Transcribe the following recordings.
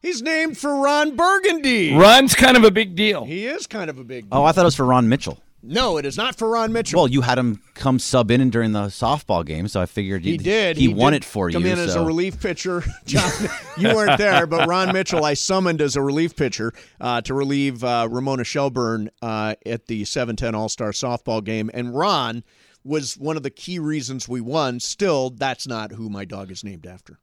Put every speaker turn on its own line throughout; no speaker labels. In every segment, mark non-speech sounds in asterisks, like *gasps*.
He's named for Ron Burgundy.
Run's kind of a big deal.
He is kind of a big.
Oh, I thought it was for Ron Mitchell.
No, it is not for Ron Mitchell.
Well, you had him come sub in during the softball game, so I figured
he did.
He, won
did
it for
come
you.
in as
so-
a relief pitcher. *laughs* John, you weren't there, but Ron Mitchell, I summoned as a relief pitcher uh, to relieve uh, Ramona Shelburne uh, at the 7-10 All-Star softball game, and Ron was one of the key reasons we won. Still, that's not who my dog is named after.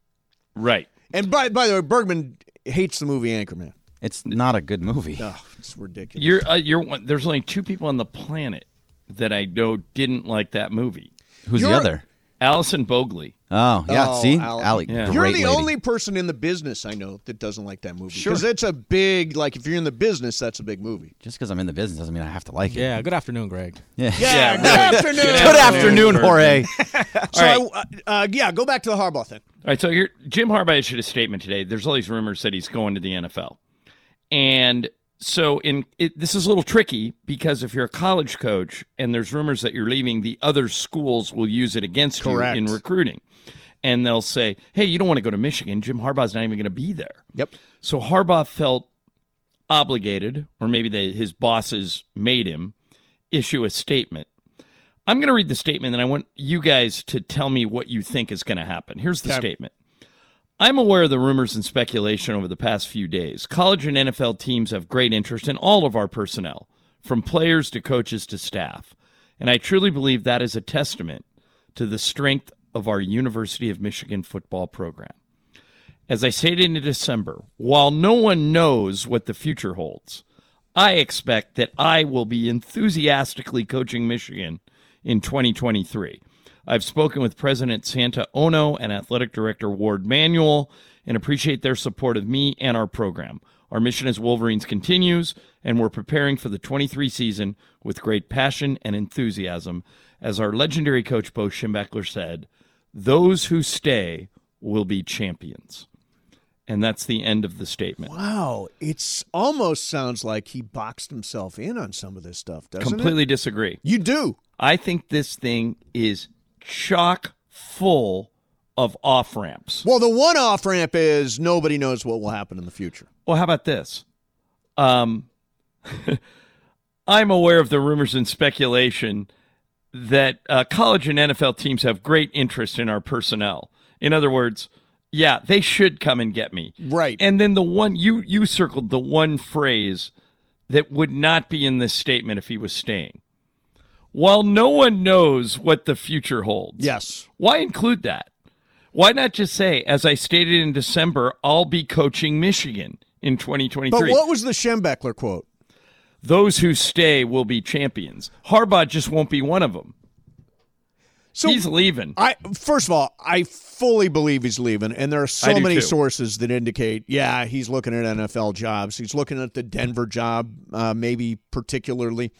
Right.
And by by the way, Bergman hates the movie Anchorman.
it's not a good movie.
Oh, it's ridiculous.
You're uh, you're one, there's only two people on the planet that I know didn't like that movie.
Who's the
You're-
other?
Allison Bogley.
Oh, yeah.
Oh,
see,
Al-
Ali,
Yeah.
great
You're the
lady.
only person in the business I know that doesn't like that movie. Because it's a big, like, if you're in the business, that's a big movie.
Just because I'm in the business doesn't mean I have to like it.
Yeah, good afternoon, Greg.
Yeah.
Yeah, good afternoon.
Good afternoon, Jorge.
So,
All
I, uh, yeah, go back to the Harbaugh thing.
All right, so here Jim Harbaugh issued a statement today. There's all these rumors that he's going to the NFL, and so in it, this is a little tricky because if you're a college coach and there's rumors that you're leaving, the other schools will use it against
Correct.
you in recruiting, and they'll say, "Hey, you don't want to go to Michigan. Jim Harbaugh's not even going to be there."
Yep.
So Harbaugh felt obligated, or maybe they, his bosses made him issue a statement. I'm going to read the statement, and I want you guys to tell me what you think is going to happen. Here's the statement. I'm aware of the rumors and speculation over the past few days. College and NFL teams have great interest in all of our personnel, from players to coaches to staff. And I truly believe that is a testament to the strength of our University of Michigan football program. As I stated in December, while no one knows what the future holds, I expect that I will be enthusiastically coaching Michigan in 2023. I've spoken with President Santa Ono and Athletic Director Ward Manuel and appreciate their support of me and our program. Our mission as Wolverines continues, and we're preparing for the 23 season with great passion and enthusiasm. As our legendary coach, Bo Schembechler, said, those who stay will be champions. And that's the end of the statement.
Wow. It's almost sounds like he boxed himself in on some of this stuff, doesn't
Completely disagree.
it? You do.
I think this thing is chock full of off ramps.
Well, the one off ramp is nobody knows what will happen in the future.
Well, how about this? Um, *laughs* I'm aware of the rumors and speculation that uh, college and NFL teams have great interest in our personnel. In other words, yeah, they should come and get me.
Right.
And then the one you you circled the one phrase that would not be in this statement if he was staying. While no one knows what the future holds.
yes.
Why include that? Why not just say, as I stated in December, I'll be coaching Michigan in 2023?
But what was the Schembeckler quote?
Those who stay will be champions. Harbaugh just won't be one of them.
So
He's leaving.
I first of all, I fully believe he's leaving, and there are so
I do
many
too.
sources that indicate, yeah, he's looking at NFL jobs. He's looking at the Denver job, uh, maybe particularly.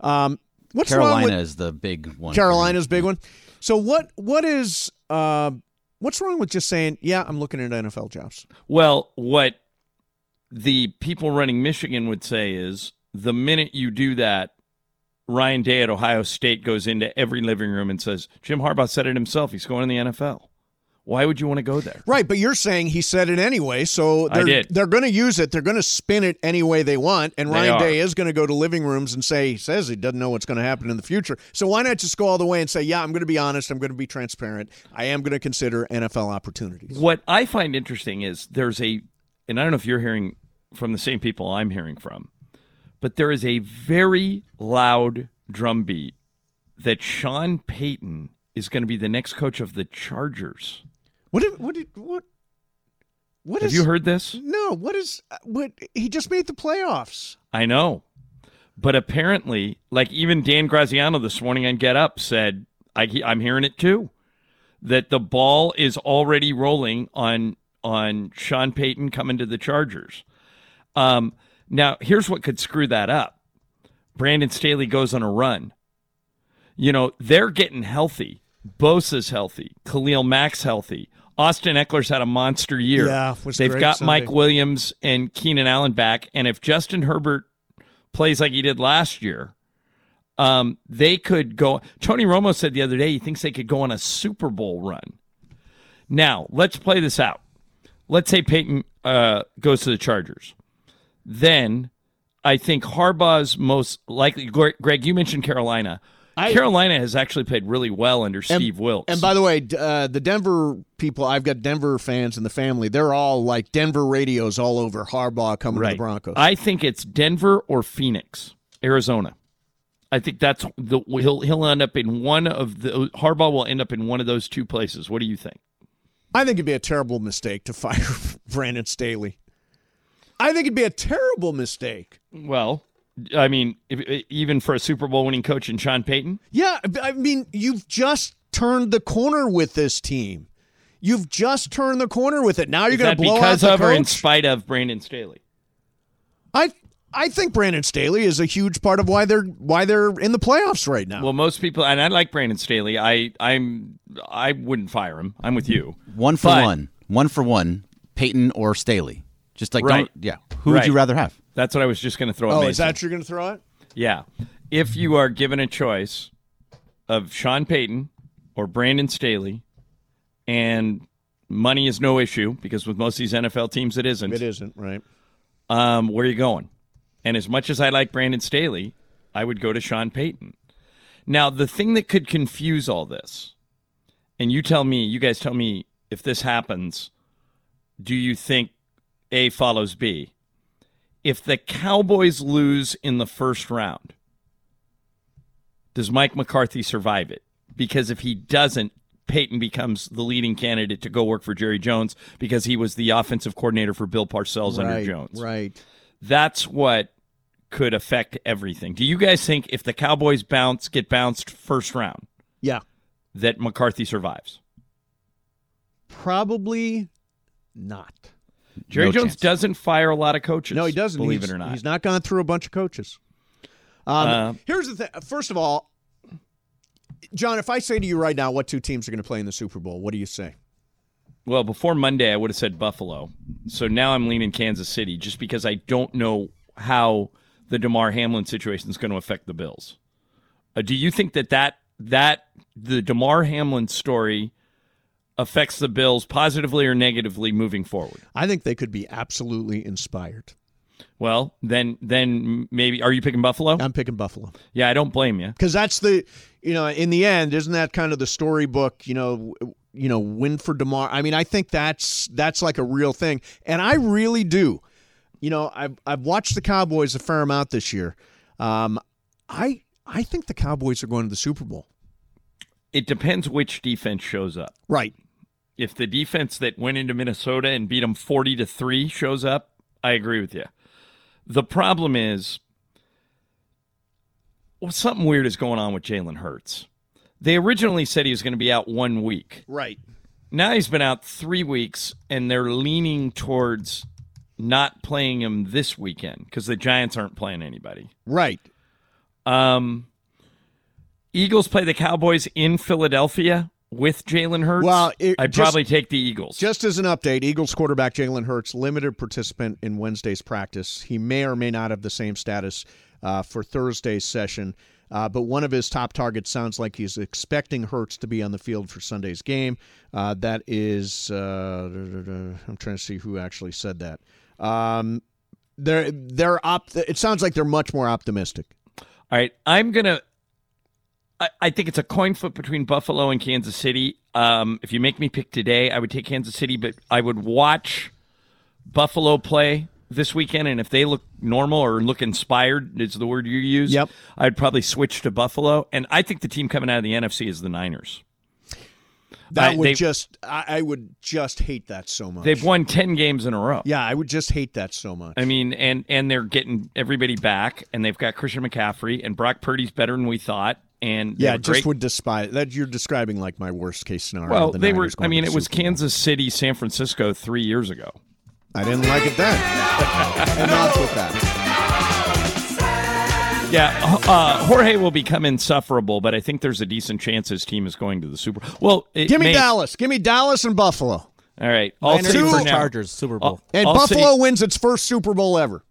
Um, what's wrong
Carolina
with
is the big one.
Carolina's big one? So what? What is? Uh, what's wrong with just saying, yeah, I'm looking at NFL jobs?
Well, what the people running Michigan would say is the minute you do that, Ryan Day at Ohio State goes into every living room and says, Jim Harbaugh said it himself. He's going to the NFL. Why would you want to go there?
Right, but you're saying he said it anyway, so
I
they're
did.
they're going to use it. They're going to spin it any way they want, and
They
Ryan
are.
Day is going to go to living rooms and say he says he doesn't know what's going to happen in the future. So why not just go all the way and say, yeah, I'm going to be honest, I'm going to be transparent, I am going to consider NFL opportunities.
What I find interesting is there's a, and I don't know if you're hearing from the same people I'm hearing from, but there is a very loud drumbeat that Sean Payton is going to be the next coach of the Chargers.
What? if- What? did- What? What
Have
is-
you heard this?
No. What is? What? He just made the playoffs.
I know. But apparently, like even Dan Graziano this morning on Get Up said, I, I'm hearing it too, that the ball is already rolling on on Sean Payton coming to the Chargers. Um, Now, here's what could screw that up Brandon Staley goes on a run. You know, they're getting healthy. Bosa's healthy. Khalil Mack's healthy. Austin Eckler's had a monster year.
Yeah, was
They've
great
got
Sunday.
Mike Williams and Keenan Allen back. And if Justin Herbert plays like he did last year, um, they could go. Tony Romo said the other day he thinks they could go on a Super Bowl run. Now, let's play this out. Let's say Peyton uh, goes to the Chargers. Then I think Harbaugh's most likely. Gre- Greg, you mentioned Carolina. Carolina has actually played really well under Steve Wilkes.
And by the way, d- uh, the Denver people, I've got Denver fans in the family. They're all like Denver radios all over Harbaugh coming to the Broncos.
I think it's Denver or Phoenix, Arizona. I think that's the he'll he'll end up in one of the Harbaugh will end up in one of those two places. What do you think?
I think it'd be a terrible mistake to fire *laughs* Brandon Staley. I think it'd be a terrible mistake.
Well, I mean, if, even for a Super Bowl winning coach in Sean Payton,
Yeah, I- I mean, you've just turned the corner with this team. You've just turned the corner with it. Now you're
Is
going
that
to blow
because
out the
of or in
coach?
spite of Brandon Staley.
I I think Brandon Staley is a huge part of why they're why they're in the playoffs right now.
Well, most people, and I like Brandon Staley. I I'm I wouldn't fire him. I'm with you.
One for
But-
one. One for one. Peyton or Staley. Just like
Right.
don't, yeah. Who would you
Right.
rather have?
That's what I was just going to throw. at
oh,
Mason.
is that you're going to throw it?
Yeah. If you are given a choice of Sean Payton or Brandon Staley, and money is no issue because with most of these NFL teams it isn't.
It isn't right.
Um, where are you going? And as much as I like Brandon Staley, I would go to Sean Payton. Now, the thing that could confuse all this, and you tell me, you guys tell me if this happens, do you think A follows B? If the Cowboys lose in the first round, does Mike McCarthy survive it? Because if he doesn't, Peyton becomes the leading candidate to go work for Jerry Jones because he was the offensive coordinator for Bill Parcells under
right,
Jones
right.
that's what could affect everything. Do you guys think if the Cowboys bounce get bounced first round
Yeah,
that McCarthy survives?
probably not.
Jerry
No
Jones
chance.
doesn't fire a lot of coaches.
No, he doesn't.
Believe
He's-
it or not,
he's not gone through a bunch of coaches. Um,
Uh,
here's the thing. First of all, John, if I say to you right now what two teams are going to play in the Super Bowl, what do you say?
Well, before Monday, I would have said Buffalo. So now I'm leaning Kansas City just because I don't know how the DeMar Hamlin situation is going to affect the Bills. Uh, do you think that, that that the DeMar Hamlin story affects the Bills positively or negatively moving forward?
I think they could be absolutely inspired.
Well, then then maybe are you picking Buffalo?
I'm picking Buffalo.
Yeah, I don't blame you.
because that's the you know in the end isn't that kind of the storybook you know w- you know win for Demar I mean I think that's that's like a real thing and I really do you know I've I've watched the Cowboys a fair amount this year um, I I think the Cowboys are going to the Super Bowl
It depends which defense shows up.
right
If the defense that went into Minnesota and beat them 40 to 3 shows up, I agree with you. The problem is well, something weird is going on with Jalen Hurts. They originally said he was going to be out 1 week.
right
Now he's been out 3 weeks and they're leaning towards not playing him this weekend cuz the Giants aren't playing anybody.
right
Um, Eagles play the Cowboys in Philadelphia with Jalen Hurts.
Well, it-
I'd
just-
probably take the Eagles.
just as an update Eagles quarterback Jalen Hurts limited participant in Wednesday's practice he may or may not have the same status uh, for Thursday's session. Uh, but one of his top targets sounds like he's expecting Hertz to be on the field for Sunday's game. Uh, that is, uh, I'm trying to see who actually said that. Um, they're they're op- It sounds like they're much more optimistic.
All right, I'm gonna. I, I think it's a coin flip between Buffalo and Kansas City. Um, if you make me pick today, I would take Kansas City, but I would watch Buffalo play this weekend, and if they look normal or look inspired, is the word you use.
Yep.
I'd probably switch to Buffalo, and I think the team coming out of the NFC is the Niners.
That
I-
would
they-
just I, I would just hate that so much.
They've won ten games in a row.
yeah, I would just hate that so much.
I mean, and and they're getting everybody back, and they've got Christian McCaffrey, and Brock Purdy's better than we thought, and they
yeah,
were
just
great.
would despise that. You're describing like my worst case scenario.
well,
the
they were.
Niners going
I
to
mean,
the
it was
Super Bowl.
Kansas City, San Francisco three years ago.
I didn't like it then.
*laughs*
and not with that.
Yeah, uh, Jorge will become insufferable, but I think there's a decent chance his team is going to the Super Bowl. Well, it
Give me
may-
Dallas. Give me Dallas and Buffalo.
All right, I'll
Niners
say
and
for now.
Chargers Super Bowl.
And
I'll
Buffalo
say-
wins its first Super Bowl ever.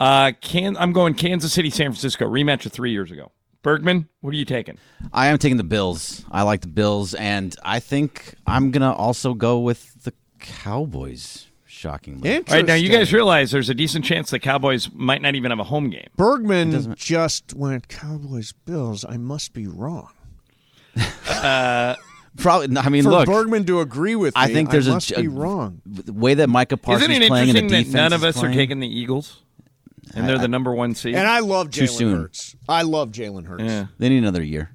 Uh, can I'm going Kansas City, San Francisco rematch of three years ago. Bergman, what are you taking?
I am taking the Bills. I like the Bills, and I think I'm gonna also go with the Cowboys. Shockingly,
All right, now you
Interesting.
guys realize there's a decent chance the Cowboys might not even have a home game.
Bergman just went Cowboys Bills. I must be wrong.
probably. I mean,
For
look,
Bergman to agree with me,
I think there's
I
a
must
j-
be wrong.
the way that Micah Parsons
Isn't it
playing and the
interesting that
defense
none of
is
us
playing,
are taking the Eagles, and they're the number one seed?
And I love
Too
Jalen
soon.
Hurts. I love Jalen Hurts.
Yeah.
They need another year.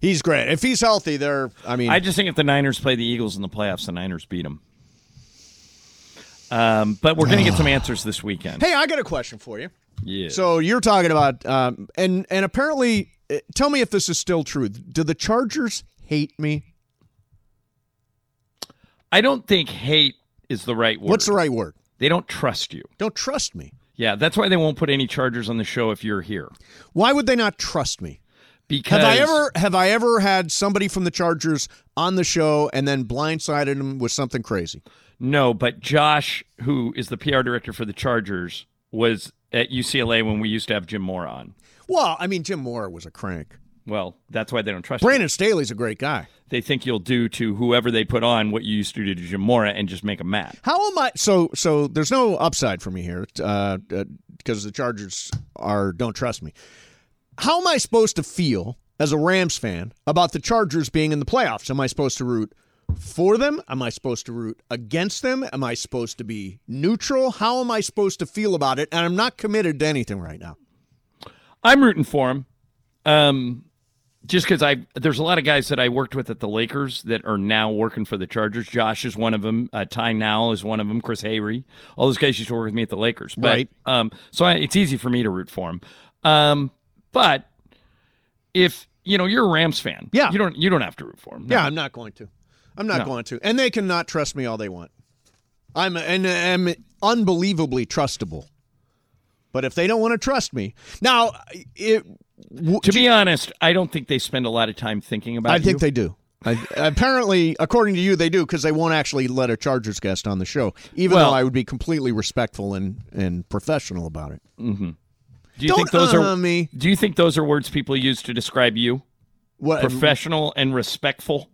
He's great. If he's healthy, they're. I mean,
I just think if the Niners play the Eagles in the playoffs, the Niners beat them. Um, but we're going to get
*sighs*
some answers this weekend.
hey, I got a question for you.
Yeah.
So you're talking about, um, and and apparently, uh, tell me if this is still true. Do the Chargers hate me?
I don't think hate is the right word.
What's the right word?
They don't trust you.
Don't trust me.
Yeah, that's why they won't put any Chargers on the show if you're here.
Why would they not trust me?
Because
Have I ever have I ever had somebody from the Chargers on the show and then blindsided them with something crazy?
No, but Josh, who is the PR director for the Chargers, was at UCLA when we used to have Jim Mora on.
Well, I mean, Jim Moore was a crank.
Well, that's why they don't trust you.
Brandon Staley's a great guy.
They think you'll do to whoever they put on what you used to do to Jim Mora and just make them mad.
How am I? So so there's no upside for me here because uh, 'cause the Chargers are don't trust me. How am I supposed to feel as a Rams fan about the Chargers being in the playoffs? Am I supposed to root for them? Am I supposed to root against them? Am I supposed to be neutral? How am I supposed to feel about it? And I'm not committed to anything right now.
I'm rooting for him. Um, just because I there's a lot of guys that I worked with at the Lakers that are now working for the Chargers. Josh is one of them. Uh, Ty Now is one of them. Chris Hayre, all those guys used to work with me at the Lakers. But,
Right.
Um, so I, it's easy for me to root for him. Um, but if you know you're a Rams fan,
Yeah.
you don't you don't have to root for him. No.
Yeah, I'm not going to. I'm not going to. And they can not trust me all they want. I'm and I'm unbelievably trustable. But if they don't want to trust me, now it, w-
To be honest, I don't think they spend a lot of time thinking about.
I think
you.
they do. I, apparently, according to you, they do because they won't actually let a Chargers guest on the show, even
Well-
though I would be completely respectful and, and professional about it.
Do you
Don't
think those
uh-huh
are
me.
Do you think those are words people use to describe you?
What
Professional and respectful.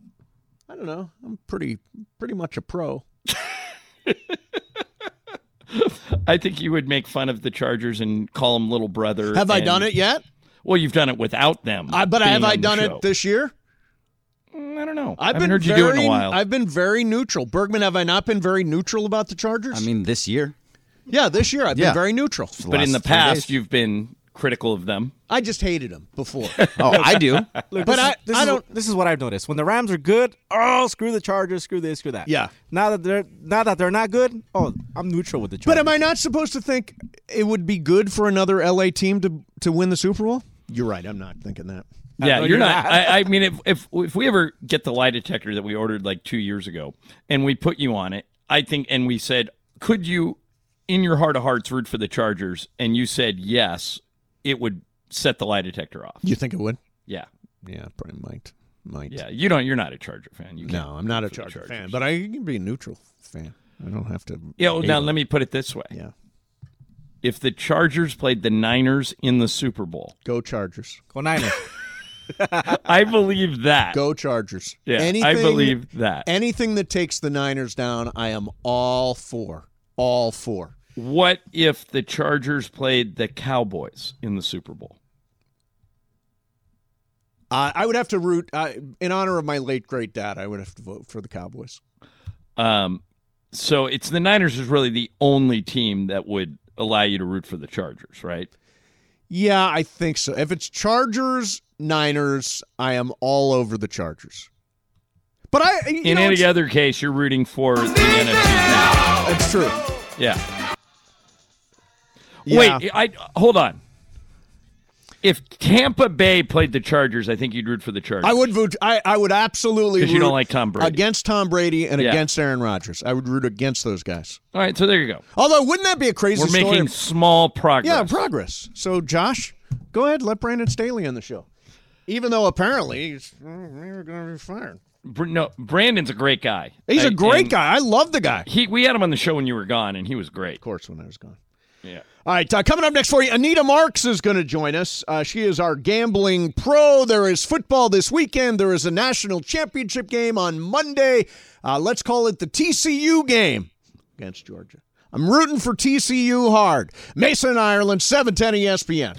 I don't know. I'm pretty pretty much a pro.
I think you would make fun of the Chargers and call them little brother.
Have I
and-
done it yet?
Well, you've done it without them.
I, but
being
have
on
I
the
done
show.
it this year?
Mm, I don't know.
I've
Haven't
been
heard
very,
you do it in a while.
I've been very neutral. Bergman, have I not been very neutral about the Chargers?
I mean, this
*laughs*
year,
yeah, this year I've been
Yeah.
very neutral.
but in the
last three days.
past, you've been critical of them.
I just hated them
*laughs*
before.
oh, I do.
Look,
But
this
I-
is, this
I
is-
don't-
This is what I've noticed. When the Rams are good, oh, screw the Chargers, screw this, screw that.
Yeah.
Now that they're now that they're not good, oh, I'm neutral with the Chargers.
but am I not supposed to think it would be good for another LA team to to win the Super Bowl? You're right. I'm not thinking that.
Yeah,
no,
you're,
you're
not.
not.
I, I mean, if, if if we ever get the lie detector that we ordered like two years ago, and we put you on it, I think, and we said, could you, in your heart of hearts, root for the Chargers? And you said yes. It would set the lie detector off.
You think it would?
Yeah,
Yeah, it probably might. Might.
yeah. You don't. You're not a Charger fan. You can't.
No, I'm not a
For the
Charger
Chargers.
fan, but I can be a neutral fan. I don't have to.
Yeah, well,
hate
now
'em.
let me put it this way.
Yeah.
If the Chargers played the Niners in the Super Bowl,
Go Chargers.
Go Niners.
I believe that.
Go Chargers.
yeah, I
Anything-
believe that.
anything that takes the Niners down, I am all for. All for.
what if the Chargers played the Cowboys in the Super Bowl?
Uh, I would have to root uh, in honor of my late great dad. I would have to vote for the Cowboys.
Um, so it's the Niners is really the only team that would allow you to root for the Chargers, right?
Yeah, I think so. If it's Chargers Niners, I am all over the Chargers. But I, you
in
know,
any
it's,
other case, you're rooting for the NFC.
it's true.
Yeah.
Yeah.
Wait, I hold on. if Tampa Bay played the Chargers, I think you'd root for the Chargers.
I would vote. I, I would absolutely.
'Cause you don't
root
like Tom Brady.
against Tom Brady and
Yeah.
against Aaron Rodgers. I would root against those guys.
All right, so there you go.
Although, wouldn't that be a crazy
We're
story?
making small progress.
yeah, progress. So, Josh, go ahead. Let Brandon Staley on the show. Even though apparently he's we're going to be fired.
Br- no, Brandon's a great guy.
He's a
And-
great
and
guy. I love the guy. Of
He, we had him on the show when you were gone, and he was great.
course, when I was gone.
Yeah.
All right, uh, coming up next for you, Anita Marks is going to join us. Uh, she is our gambling pro. There is football this weekend. There is a national championship game on Monday. Uh, let's call it the TCU game against Georgia. I'm rooting for TCU hard. Mason, Ireland, E 710 ESPN.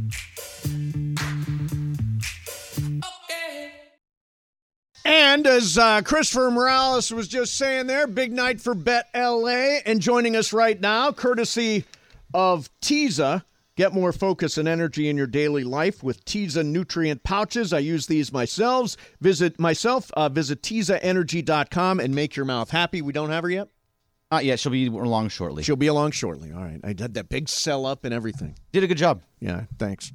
And as uh, Christopher Morales was just saying there, big night for Bet LA. And joining us right now, courtesy of Teza. Get more focus and energy in your daily life with Teza nutrient pouches. I use these myself. Visit myself, uh, visit TezaEnergy.com and make your mouth happy. We don't have her yet.
Not yet. She'll be along shortly.
She'll be along shortly. All right. I did that big sell up and everything.
Did a good job.
Yeah, thanks.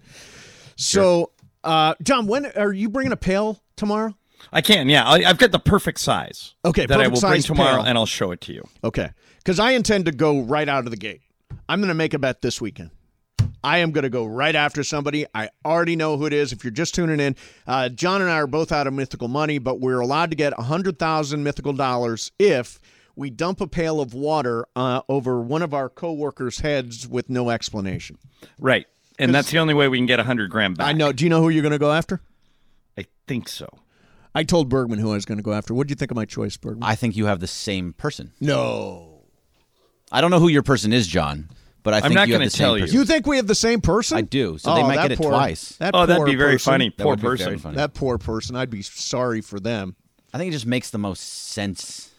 So, uh, John, when are you bringing a pail tomorrow?
I can, yeah. I, I've got the perfect size.
Okay,
that I
perfect
will bring
size
tomorrow,
pail.
and I'll show it to you.
Okay. Because I intend to go right out of the gate. I'm going to make a bet this weekend. I am going to go right after somebody. I already know who it is. If you're just tuning in, uh, John and I are both out of mythical money, but we're allowed to get 100,000 mythical dollars if we dump a pail of water uh, over one of our coworkers' heads with no explanation.
Right, and that's the only way we can get a hundred grand back.
I know. Do you know who you're going to go after?
I think so.
I told Bergman who I was going to go after. What do you think of my choice, Bergman?
I think you have the same person.
no.
I don't know who your person is, John, but I think
not
you have
gonna
the same
tell you.
person.
You think we have the same person? Oh,
I do, so they might
that
get it
poor-
twice.
That
Oh, that'd
poor
be very
person.
funny.
That
Poor
would be very
person.
funny.
That poor person. I'd be sorry for them.
I think it just makes the most sense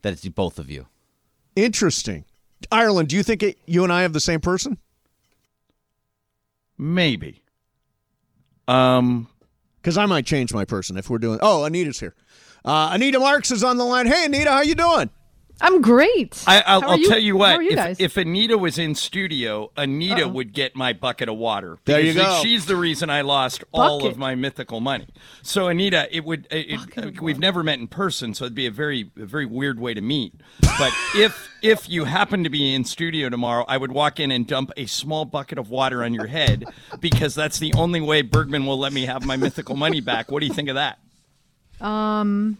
that it's both of you.
Interesting. Ireland, do you think it, you and I have the same person?
Maybe. Um.
Because I might change my person if we're doing. Oh, Anita's here. Uh, Anita Marks is on the line. Hey, Anita, how you doing?
I'm great.
I, I'll,
How are
I'll tell you
How
what.
are you
if,
guys?
if Anita was in studio, Anita would get my bucket of water.
There you
Because
go.
She's the reason I lost all
Bucket.
of my mythical money. So Anita, it would. It, it, we've never met in person, so it'd be a very, a very weird way to meet. But if if you happen to be in studio tomorrow, I would walk in and dump a small bucket of water on your head because that's the only way Bergman will let me have my mythical money back. What do you think of that?
*laughs* um,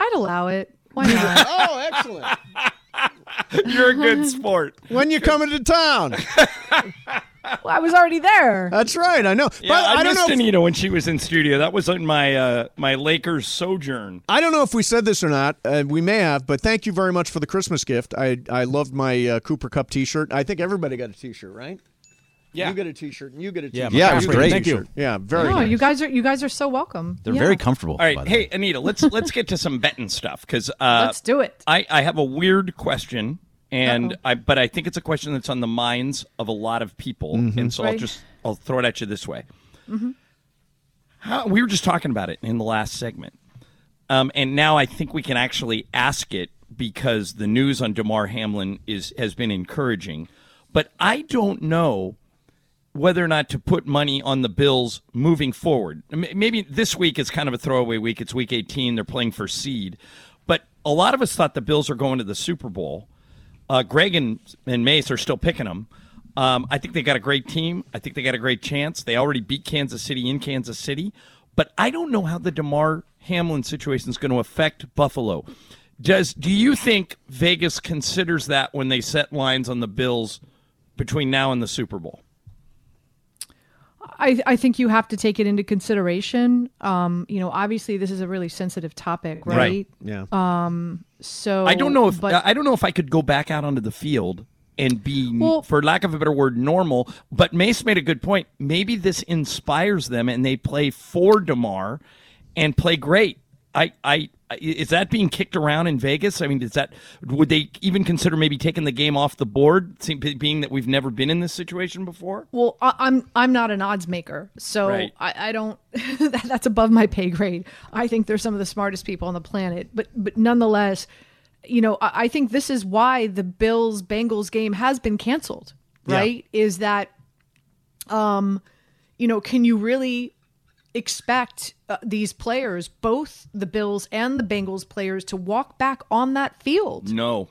I'd allow it.
*laughs*
Why not?
Oh, excellent.
You're a good sport.
*laughs* when you coming to town?
well, I was already there.
*laughs*
That's right. I know.
Yeah,
but
I,
don't
missed
know. if-
Anita when she was in studio. That was in my uh, my Lakers sojourn.
I don't know if we said this or not. Uh, we may have, but thank you very much for the Christmas gift. I I loved my uh, Cooper Cup T-shirt. I think everybody got a T-shirt, right?
Yeah.
You get a T-shirt, and you get a T-shirt.
Yeah, it was
You get a
great. Thank you.
T-shirt. Yeah, very.
No,
nice.
you guys are you guys are so welcome.
They're
Yeah.
very comfortable.
All
by
right,
the
hey
way.
Anita, let's let's get to some betting stuff because uh,
Let's do it.
I I have a weird question, and I but I think it's a question that's on the minds of a lot of people,
Mm-hmm.
and so I'll
Right.
just I'll throw it at you this way. How, we were just talking about it in the last segment, um, and now I think we can actually ask it because the news on Damar Hamlin is has been encouraging, but I don't know whether or not to put money on the Bills moving forward. M- Maybe this week is kind of a throwaway week. It's week 18. They're playing for seed. But a lot of us thought the Bills were going to the Super Bowl. Uh, Greg and, and Mace are still picking them. Um, I think they got a great team. I think they got a great chance. They already beat Kansas City in Kansas City. But I don't know how the DeMar Hamlin situation is going to affect Buffalo. Does do you think Vegas considers that when they set lines on the Bills between now and the Super Bowl? Uh,
I, I think you have to take it into consideration. Um, you know, obviously this is a really sensitive topic, right? Um,
Yeah.
So
I don't know if
Oh,
uh,
but,
I don't know if I could go back out onto the field and be,
Well-
for lack of a better word, normal. But Mace made a good point. Maybe this inspires them, and they play for Demar and play great. I, I, I- is that being kicked around in Vegas? I mean, is that would they even consider maybe taking the game off the board, se- being that we've never been in this situation before?
well, I, I'm I'm not an odds maker, so
Right.
I, I don't. *laughs* that, that's above my pay grade. I think they're some of the smartest people on the planet, but but nonetheless, you know, I, I think this is why the Bills Bengals game has been canceled. Right? Is that, um, you know, can you really expect uh, these players, both the Bills and the Bengals players, to walk back on that field?
No,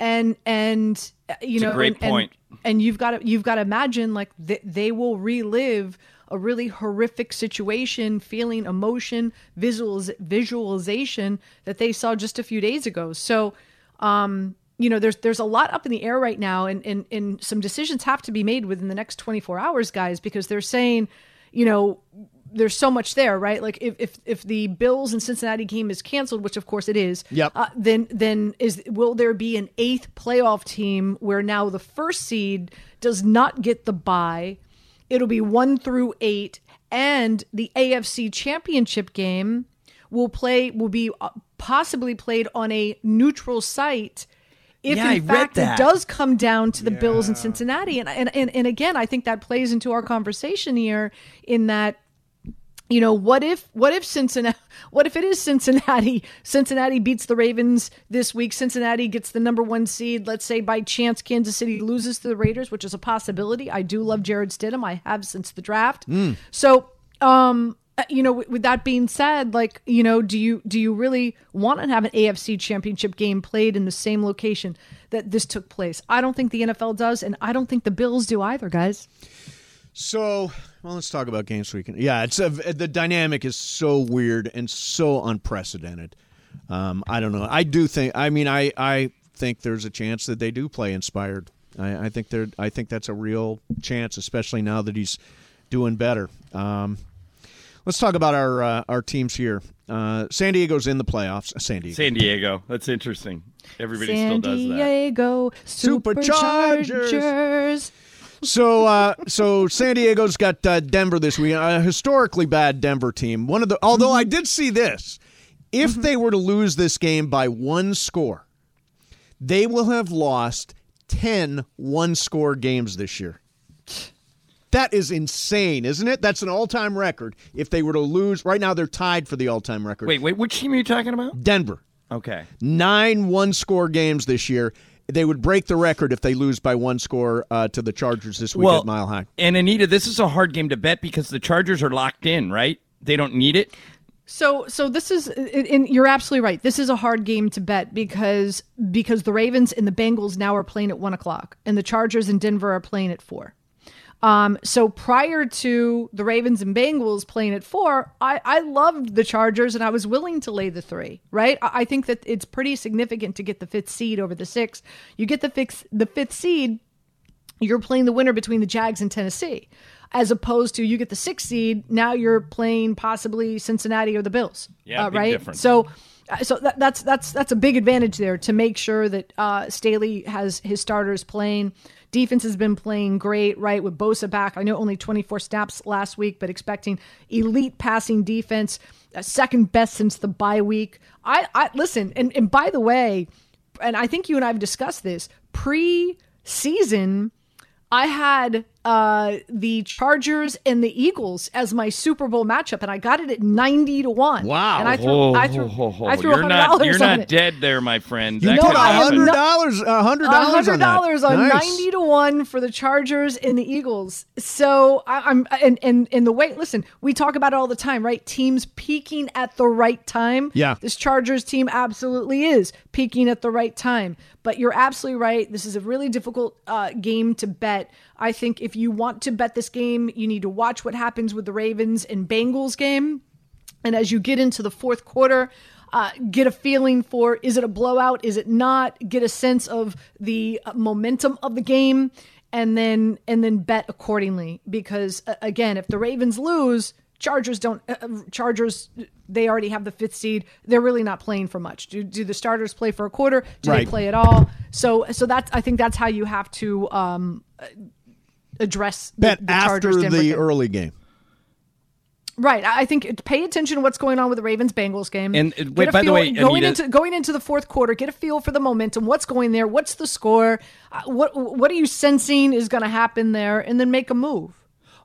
and and uh, you
It's a
know
great
and, and-
point.
And, you've got to you've got to imagine like th- they will relive a really horrific situation, feeling, emotion, visuals, visualization that they saw just a few days ago. So, um, you know, there's there's a lot up in the air right now, and and and some decisions have to be made within the next 24 hours, guys, because they're saying, you know, there's so much there, right? Like if if if the Bills and Cincinnati game is canceled, which of course it is,
Yep.
uh, then then is will there be an eighth playoff team where now the first seed does not get the bye? It'll be one through eight, and the AFC Championship game will play will be uh, possibly played on a neutral site. If
Yeah, I
in
read
fact
that.
it does come down to the Bills in Cincinnati, and, and and and again, I think that plays into our conversation here in that you know what if what if cincinnati *laughs* what if it is cincinnati cincinnati beats the ravens this week cincinnati gets the number one seed let's say by chance kansas city loses to the raiders which is a possibility i do love jared stidham i have since the draft so um uh, you know with, with that being said like you know do you do you really want to have an afc championship game played in the same location that this took place i don't think the nfl does and i don't think the bills do either guys
So, well, let's talk about games weekend. Yeah, it's a, the dynamic is so weird and so unprecedented. Um, I don't know. I do think. I mean, I I think there's a chance that they do play inspired. I, I think they're. I think that's a real chance, especially now that he's doing better. Um, let's talk about our uh, our teams here. Uh, San Diego's in the playoffs. San Diego.
San Diego. That's interesting. Everybody
San
still does that.
Diego
Superchargers.
Superchargers.
So, uh, so San Diego's got uh, Denver this week. A historically bad Denver team. One of the. Although I did see this, if they were to lose this game by one score, they will have lost 10 one-score games this year. That is insane, isn't it? That's an all-time record. If they were to lose, right now they're tied for the all-time record.
Wait, wait. Which team are you talking about?
Denver
Okay.
nine one-score games this year. They would break the record if they lose by one score uh, to the Chargers this week at Mile High.
And Anita, this is a hard game to bet because the Chargers are locked in, right? They don't need it.
So, so this is, and- and you're absolutely right. This is a hard game to bet because because the Ravens and the Bengals now are playing at one o'clock, and the Chargers and Denver are playing at four. Um, so prior to the Ravens and Bengals playing at four, I, I loved the Chargers and I was willing to lay the three. Right, I, I think that it's pretty significant to get the fifth seed over the six. You get the fix the fifth seed, you're playing the winner between the Jags and Tennessee, as opposed to you get the sixth seed. Now you're playing possibly Cincinnati or the Bills.
Yeah,
uh,
big
right.
difference.
So, uh, so that, that's that's that's a big advantage there to make sure that uh, Staley has his starters playing. Defense has been playing great, right? With Bosa back, I know only 24 snaps last week, but expecting elite passing defense, uh, second best since the bye week. I, I listen, and and by the way, and I think you and I have discussed this pre-season. I had uh, the Chargers and the Eagles as my Super Bowl matchup, and I got it at ninety to one. Wow! And I threw, I threw, I threw
you're
hundred
not,
dollars
you're
on
not
it.
dead there, my friend.
You
that
know
put
could
I am
happen.
hundred
not-
dollars, hundred dollars,
hundred dollars on,
nice.
ninety to one for the Chargers and the Eagles. So I, I'm and and and the way listen, we talk about it all the time, right? Teams peaking at the right time.
Yeah.
this Chargers team absolutely is peaking at the right time. But you're absolutely right. This is a really difficult uh, game to bet. I think if you want to bet this game, you need to watch what happens with the Ravens and Bengals game. And as you get into the fourth quarter, uh, get a feeling for is it a blowout? Is it not? Get a sense of the uh, momentum of the game, and then and then bet accordingly. Because uh, again, if the Ravens lose, Chargers don't. Uh, uh, Chargers they already have the fifth seed. They're really not playing for much. Do, do the starters play for a quarter? Do
Right.
they play at all? So so that's I think that's how you have to um, uh, address the,
Bet
the
after
Chargers Denver
the
game.
early game.
Right. I I think it- pay attention to what's going on with the Ravens Bengals game.
And, uh,
Get
wait,
a
by the
feel-
way,
going
Anita-
into going into the fourth quarter, get a feel for the momentum. What's going there? What's the score? Uh, What what are you sensing is going to happen there? And then make a move.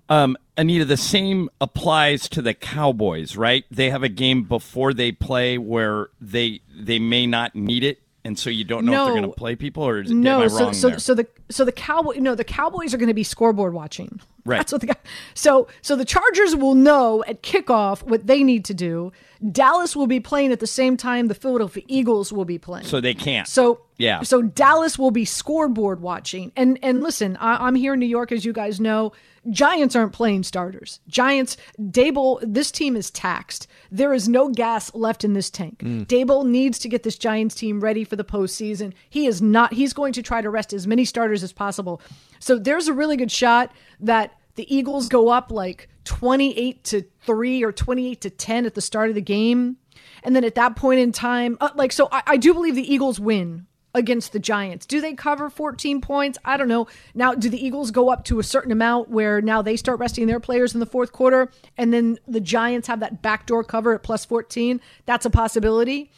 Um, Anita, the same applies to the Cowboys, right? They have a game before they play where they they may not need it, and so you don't know if
No.
they're going to play people, or is, am
No,
I
so
wrong
so,
there?
so the so the cowboy no the Cowboys are going to be scoreboard watching.
Right.
That's what the so so the Chargers will know at kickoff what they need to do. Dallas will be playing at the same time the Philadelphia Eagles will be playing.
So they can't.
So
Yeah.
So Dallas will be scoreboard watching, and and listen, I, I'm here in New York, as you guys know. Giants aren't playing starters. Giants, Dable, this team is taxed. There is no gas left in this tank.
Mm.
Dable needs to get this Giants team ready for the postseason. He is not. He's going to try to rest as many starters as possible. So there's a really good shot that the Eagles go up like 28 to 3 or 28 to 10 at the start of the game. And then at that point in time, uh, like, so I, I do believe the Eagles win against the Giants. Do they cover 14 points? I don't know. Now, do the Eagles go up to a certain amount where now they start resting their players in the fourth quarter and then the Giants have that backdoor cover at plus 14? That's a possibility.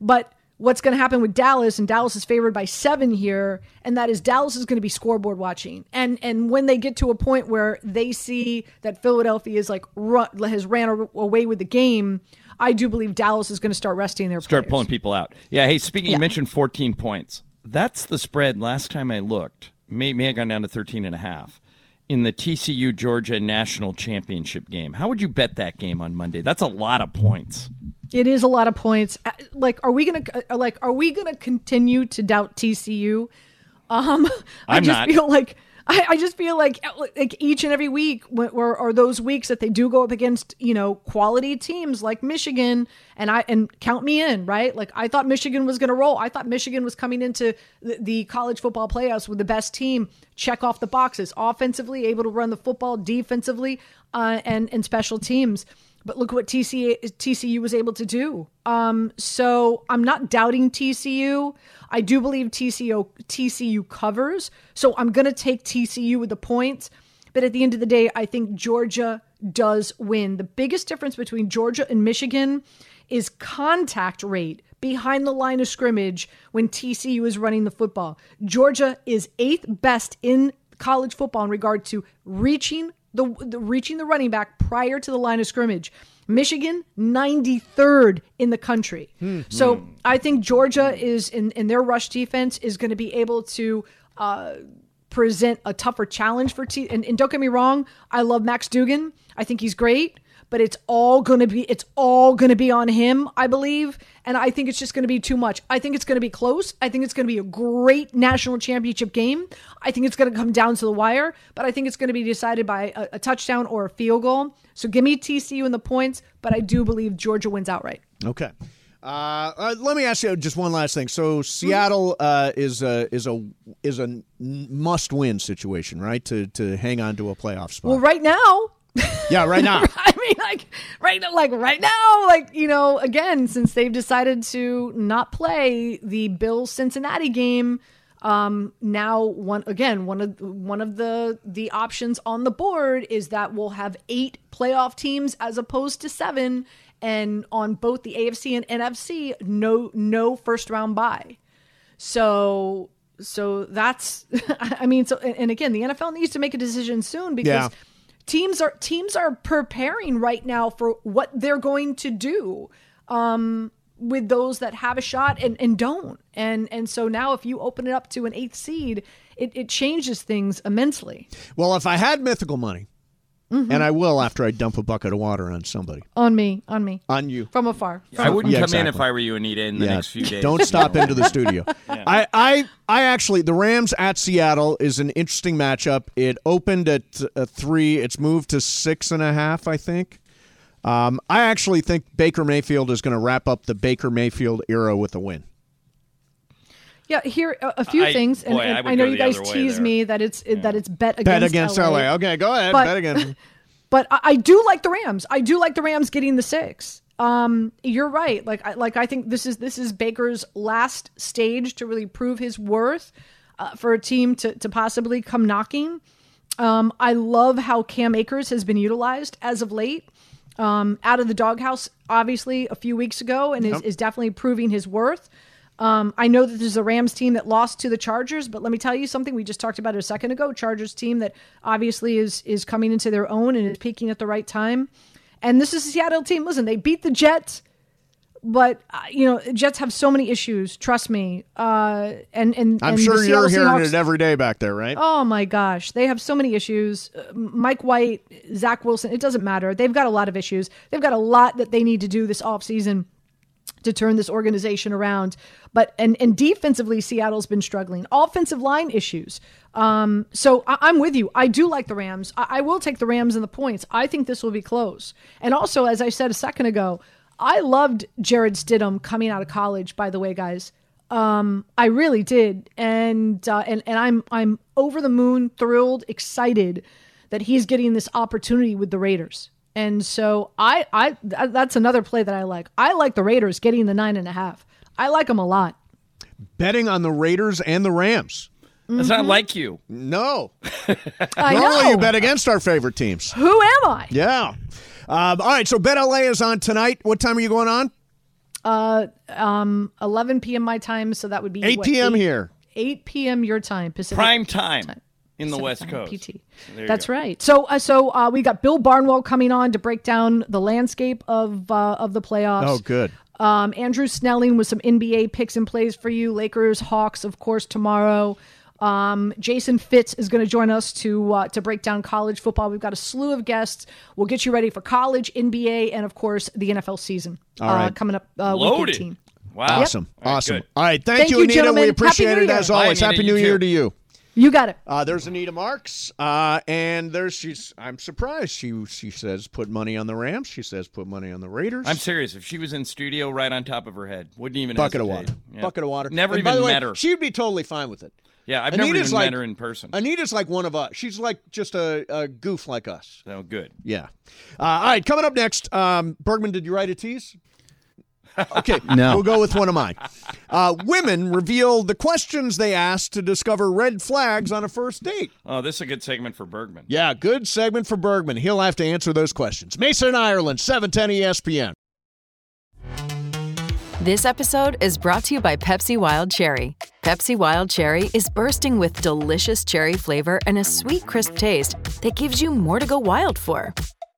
But what's going to happen with Dallas, and Dallas is favored by seven here, and that is Dallas is going to be scoreboard watching, and and when they get to a point where they see that Philadelphia is like run, has ran a- away with the game, I do believe Dallas is going to start resting their
Start
players.
pulling people out. Yeah. Hey, speaking, you
Yeah.
mentioned 14 points. That's the spread last time I looked. May, may have gone down to 13 and a half in the TCU Georgia National Championship game. How would you bet that game on Monday? That's a lot of points.
It is a lot of points. Uh, Like, are we gonna uh, like are we gonna continue to doubt TCU? Um, *laughs* I
I'm
just
not.
feel like I, I just feel like uh, like each and every week when- or, or those weeks that they do go up against you know quality teams like Michigan and I and count me in right. Like I thought Michigan was gonna roll. I thought Michigan was coming into the, the college football playoffs with the best team. Check off the boxes offensively, able to run the football defensively, uh, and and special teams. But look what TCA, TCU was able to do. Um, so I'm not doubting TCU. I do believe TCU TCU covers. So I'm going to take TCU with the points. But at the end of the day, I think Georgia does win. The biggest difference between Georgia and Michigan is contact rate behind the line of scrimmage when TCU is running the football. Georgia is eighth best in college football in regard to reaching the, the reaching the running back prior to the line of scrimmage. Michigan 93rd in the country. So I think Georgia is in in their rush defense is going to be able to uh, present a tougher challenge for T. And, and don't get me wrong, I love Max Dugan. I think he's great, but it's all going to be it's all going to be on him, I believe. And I think it's just going to be too much. I think it's going to be close. I think it's going to be a great national championship game. I think it's going to come down to the wire, but I think it's going to be decided by a, a touchdown or a field goal. So give me TCU in the points, but I do believe Georgia wins outright.
Okay. Uh, uh, let me ask you just one last thing. So Seattle uh, is a is a is a must win situation, right? To to hang on to a playoff spot.
Well, right now,
yeah, Uh, right now.
*laughs* I mean, like right now, like right now, like you know, again, since they've decided to not play the Bills Cincinnati game, um, now one again one of one of the the options on the board is that we'll have eight playoff teams as opposed to seven, and on both the AFC and NFC, no no first round bye. So so that's *laughs* I mean so and and again the NFL needs to make a decision soon because
Yeah.
teams are teams are preparing right now for what they're going to do um with those that have a shot and, and don't and and so now if you open it up to an eighth seed it, it changes things immensely
Well, if I had mythical money,
Mm-hmm.
and I will after I dump a bucket of water on somebody,
on me on me
on you.
from afar
I wouldn't
Yeah,
come in
exactly.
if I were you, Anita, in the next
*laughs*
few days.
Don't stop into the studio. I, I, I actually, the Rams at Seattle is an interesting matchup. It opened at uh, three. It's moved to six and a half, I think. Um, I actually think Baker Mayfield is going to wrap up the Baker Mayfield era with a win.
Yeah, here a, a few
I-
things, and,
boy,
and
I would
I know
go
you
the
guys
other way
tease
there.
me that it's that it's bet against
Bet against LA. Okay, go ahead.
But-
bet
*laughs*
again.
but I, I do like the Rams. I do like the Rams getting the six. Um, you're right. Like, I, like I think this is this is Baker's last stage to really prove his worth uh, for a team to to possibly come knocking. Um, I love how Cam Akers has been utilized as of late. Um, out of the doghouse, obviously, a few weeks ago, and is, is definitely proving his worth. Um, I know that there's a Rams team that lost to the Chargers, but let me tell you something we just talked about it a second ago. Chargers team that obviously is is coming into their own and is peaking at the right time. And this is a Seattle team. Listen, they beat the Jets, but uh, you know Jets have so many issues. Trust me. Uh, and and
I'm
and the
sure you're
Seattle
hearing
Seahawks-
it every day back there, right?
Oh my gosh, they have so many issues. Uh, Mike White, Zach Wilson, it doesn't matter. They've got a lot of issues. They've got a lot that they need to do this offseason to turn this organization around. But and and defensively, Seattle's been struggling. Offensive line issues. Um, so I, I'm with you. I do like the Rams. I, I will take the Rams and the points. I think this will be close. And also, as I said a second ago, I loved Jared Stidham coming out of college. By the way, guys. Um, I really did, and uh, and and I'm I'm over the moon, thrilled, excited that he's getting this opportunity with the Raiders. And so I I th- that's another play that I like. I like the Raiders getting the nine and a half. I like them a lot.
Betting on the Raiders and the Rams.
*laughs* That's not like you.
No.
I
Normally
know.
you bet against our favorite teams.
Who am I? *gasps*
Yeah. Um, all right, so Bet LA is on tonight. What time are you going on?
11 p.m. my time, so that would be
8
what,
p.m.
eight-
here.
8 p.m. your time, Pacific.
Prime time in the
Pacific
West
time,
Coast.
PT.
you
That's right. So, uh, so uh, we got Bill Barnwell coming on to break down the landscape of uh, of the playoffs.
Oh, good.
Um, Andrew Snelling with some NBA picks and plays for you. Lakers, Hawks, of course, tomorrow. Um, Jason Fitz is going to join us to uh, to break down college football. We've got a slew of guests. We'll get you ready for college, NBA, and of course the NFL season uh, coming up uh, week
Loaded.
18.
Wow.
Awesome.
All right,
awesome.
good.
All right, thank,
Thank
you,
you,
Anita.
gentlemen.
We
Happy
appreciate
New
it
Year.
as always.
Bye, Anita.
Happy New
You
Year
too.
to you.
You got it.
Uh, there's Anita Marks, uh, and there's she's. I'm surprised she she says put money on the Rams. She says put money on the Raiders.
I'm serious. If she was in studio right on top of her head, wouldn't even
bucket of
hesitate.
water.
Yeah.
Bucket of water.
Never
And by
even
the way,
met her.
She'd be totally fine with it.
yeah, I've never
Anita's
even
like-
met her in person.
Anita's like one of us. She's like just a, a goof like us.
so good.
Yeah. Uh, all right. Coming up next, um, Bergman, did you write a tease? Okay,
No.
we'll go with one of mine. Uh, women reveal the questions they asked to discover red flags on a first date.
Oh, this is a good segment for Bergman.
Yeah, good segment for Bergman. He'll have to answer those questions. Mason, Ireland, E 710 ESPN.
This episode is brought to you by Pepsi Wild Cherry. Pepsi Wild Cherry is bursting with delicious cherry flavor and a sweet, crisp taste that gives you more to go wild for.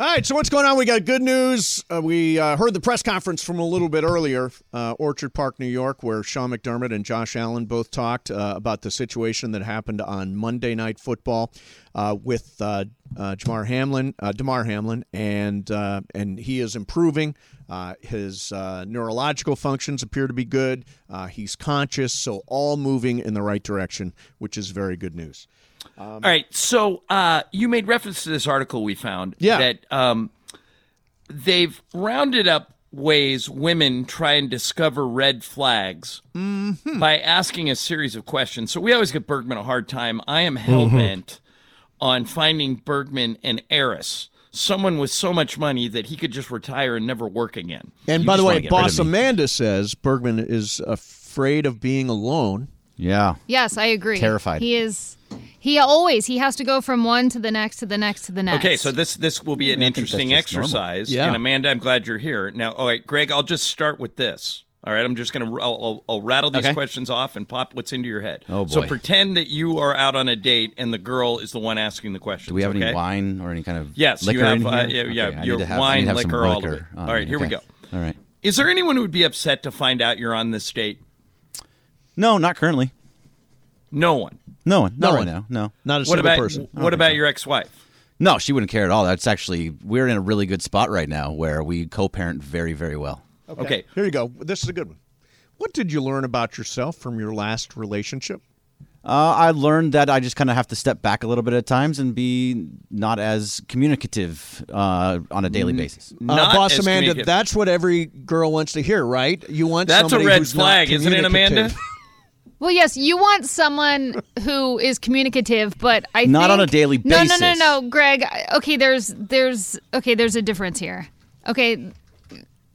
All right, so what's going on? We got good news. Uh, we uh, heard the press conference from a little bit earlier, uh, Orchard Park, New York, where Sean McDermott and Josh Allen both talked uh, about the situation that happened on Monday Night Football uh, with uh, uh, Jamar Hamlin, uh, Damar Hamlin, and uh, and he is improving. Uh, his uh, neurological functions appear to be good. Uh, he's conscious, so all moving in the right direction, which is very good news.
All right. So uh, you made reference to this article we found.
Yeah.
That um, they've rounded up ways women try and discover red flags
Mm-hmm.
by asking a series of questions. So we always give Bergman a hard time. I am hell bent
Mm-hmm.
on finding Bergman an heiress. Someone with so much money that he could just retire and never work again.
And
You
by the
just
way,
wanna get rid
boss
of me.
Amanda says Bergman is afraid of being alone.
Yeah.
Yes, I agree.
Terrified.
He is. He always he has to go from one to the next to the next to the next.
Okay, so this this will be an interesting
that's just normal.
exercise.
Yeah.
And Amanda, I'm glad you're here. Now, all right, Greg, I'll just start with this. All right, I'm just gonna I'll, I'll, I'll rattle these
Okay.
questions off and pop what's into your head.
Oh,
So
boy.
pretend that you are out on a date and the girl is the one asking the questions.
Do we have
okay?
any wine or any kind of
Yes, you
liquor
have,
in
uh,
here?
yeah, yeah,
I need
your
to have- I
wine,
need to have some
liquor, all of it.
liquor on
All right,
me.
here we
Okay.
go.
All right.
Is there anyone who would be upset to find out you're on this date?
No, not currently.
No one.
No one. Not
No
right
one.
now. No.
Not a
What
single
about
person.
what about your ex-wife?
No, she wouldn't care at all. That's actually we're in a really good spot right now where we co-parent very, very well. Uh,
Okay. Here you go. This is a good one. What did you learn about yourself from your last relationship?
Uh, I learned that I just kind of have to step back a little bit at times and be not as communicative uh, on a
Mm.
daily basis.
uh, boss Amanda, that's what every girl wants to hear, right? You want
That's a
somebody
red
who's not
flag, isn't it, Amanda?
communicative.
Well, yes, you want someone who is communicative, but I
Not on
think-
a daily
No, no, no,
basis.
no, Greg. I- Okay, there's there's okay, there's a difference here. Okay,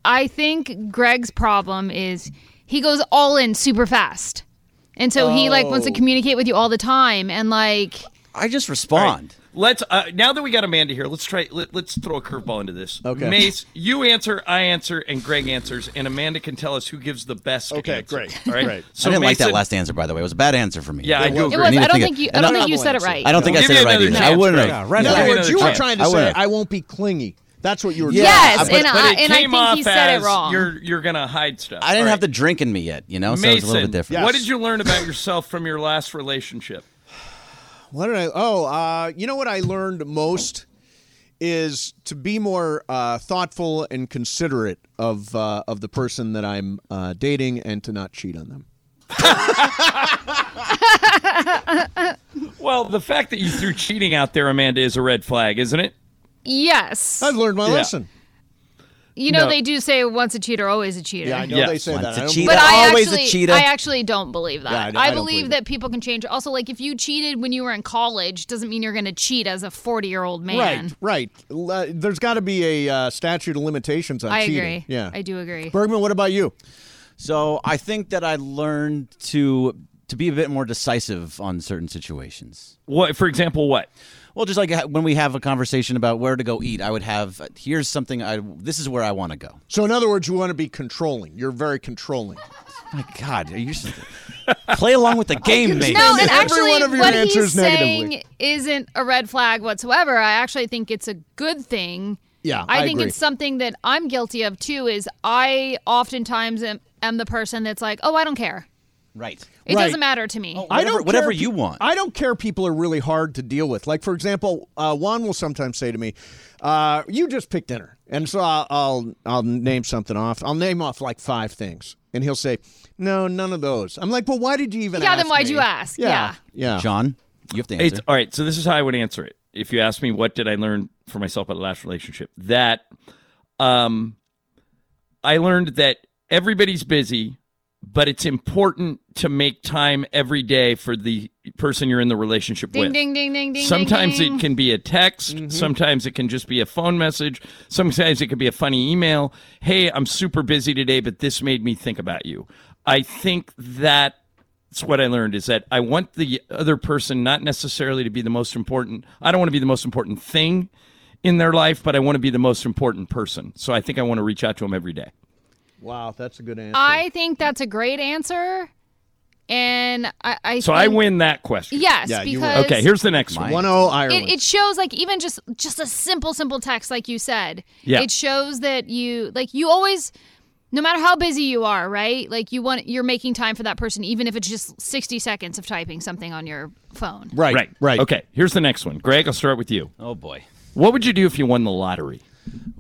I think Greg's problem is he goes all in super fast, and so he like wants to
Oh.
communicate with you all the time, and like
I just respond.
Let's uh, now that we got Amanda here, let's try. Let, let's throw a curveball into this.
Okay.
Mace, you answer, I answer, and Greg answers, and Amanda can tell us who gives the best. Okay, great. All right.
I didn't like that
Mason-
last answer, by the way. It was a bad answer for me.
Yeah, I do It agree. was.
I need to
I don't
of-
think you- I
and
don't think you said it right.
I don't think I
Give
said
me
it right
another
either.
chance,
I wouldn't
Greg.
have.
Yeah, right.
No,
In other
I
words, you
wouldn't
were
have.
trying to
I
say,
wouldn't have.
I won't be clingy. That's what you were
Yes,
trying to say.
and
But
I-
it
and I
came
think
off
he said it
as
wrong.
You're you're gonna hide stuff.
I didn't
All
have
right.
the drink in me yet, you know, *laughs* so it was a little
Mason,
bit different.
What did you learn about yourself from your last relationship?
What did I? Oh, uh, you know what I learned most is to be more uh, thoughtful and considerate of uh, of the person that I'm uh, dating, and to not cheat on them.
Well, the fact that you threw cheating out there, Amanda, is a red flag, isn't it?
yes,
I've learned my
Yeah.
lesson.
You know
No.
they do say once a cheater, always a cheater.
Yeah, I know
Yes.
they say
Once
that.
a
I don't believe-
cheater,
But I
Always a
actually,
cheater.
I actually don't believe that.
Yeah, I
I,
don't- I don't
believe
believe
that people can change. Also, like if you cheated when you were in college, doesn't mean you're going to cheat as a forty-year-old man.
Right, right. Le- There's got to be a uh, statute of limitations on
I
cheating.
agree.
Yeah,
I do agree.
Bergman, what about you?
So I think that I learned to to be a bit more decisive on certain situations.
What, for example, what?
Well, just like ha- when we have a conversation about where to go eat, I would have here's something I this is where I want to go.
So, in other words, you want to be controlling. You're very controlling.
My God, are you just *laughs* play along with the game, mate?
No, and actually,
Every one of your
what
answers
he's saying
negatively.
isn't a red flag whatsoever. I actually think it's a good thing.
Yeah,
I,
I
think
agree.
it's something that I'm guilty of too. Is I oftentimes am, am the person that's like, oh, I don't care.
right.
It
Right. Oh,
doesn't matter to me.
I don't
whatever
care
you
pe-
want.
I don't care. People are really hard to deal with. Like for example, uh, Juan will sometimes say to me, uh, "You just pick dinner," and so I'll, I'll I'll name something off. I'll name off like five things, and he'll say, "No, none of those." I'm like, "Well, why did you even?"
Yeah,
ask
then why'd
me?"
you ask?
Yeah, yeah.
John, you have to answer.
It's, all right, so this is how I would answer it. If you ask me, what did I learn for myself about the last relationship? That um, I learned that everybody's busy, but it's important to make time every day for the person you're in the relationship
Ding,
with.
ding, ding, ding, ding.
Sometimes
ding,
it can be a text. Sometimes it can just be a phone message. Sometimes it can be a funny email. Hey, I'm super busy today, but this made me think about you. I think that's what I learned is that I want the other person not necessarily to be the most important. I don't want to be the most important thing in their life, but I want to be the most important person. So I think I want to reach out to them every day.
Wow, that's a good answer.
I think that's a great answer, and I. I
So I
think-
win that question.
Yes, Yeah, you win. because-
okay. Here's the next one.
One oh, zero Ireland.
It, it shows like even just just a simple simple text like you said.
Yeah.
It shows that you like you always no matter how busy you are, right? Like you want you're making time for that person even if it's just 60 seconds of typing something on your phone.
Right,
right, right. Okay. Here's the next one. Greg, I'll start with you.
oh boy.
What would you do if you won the lottery?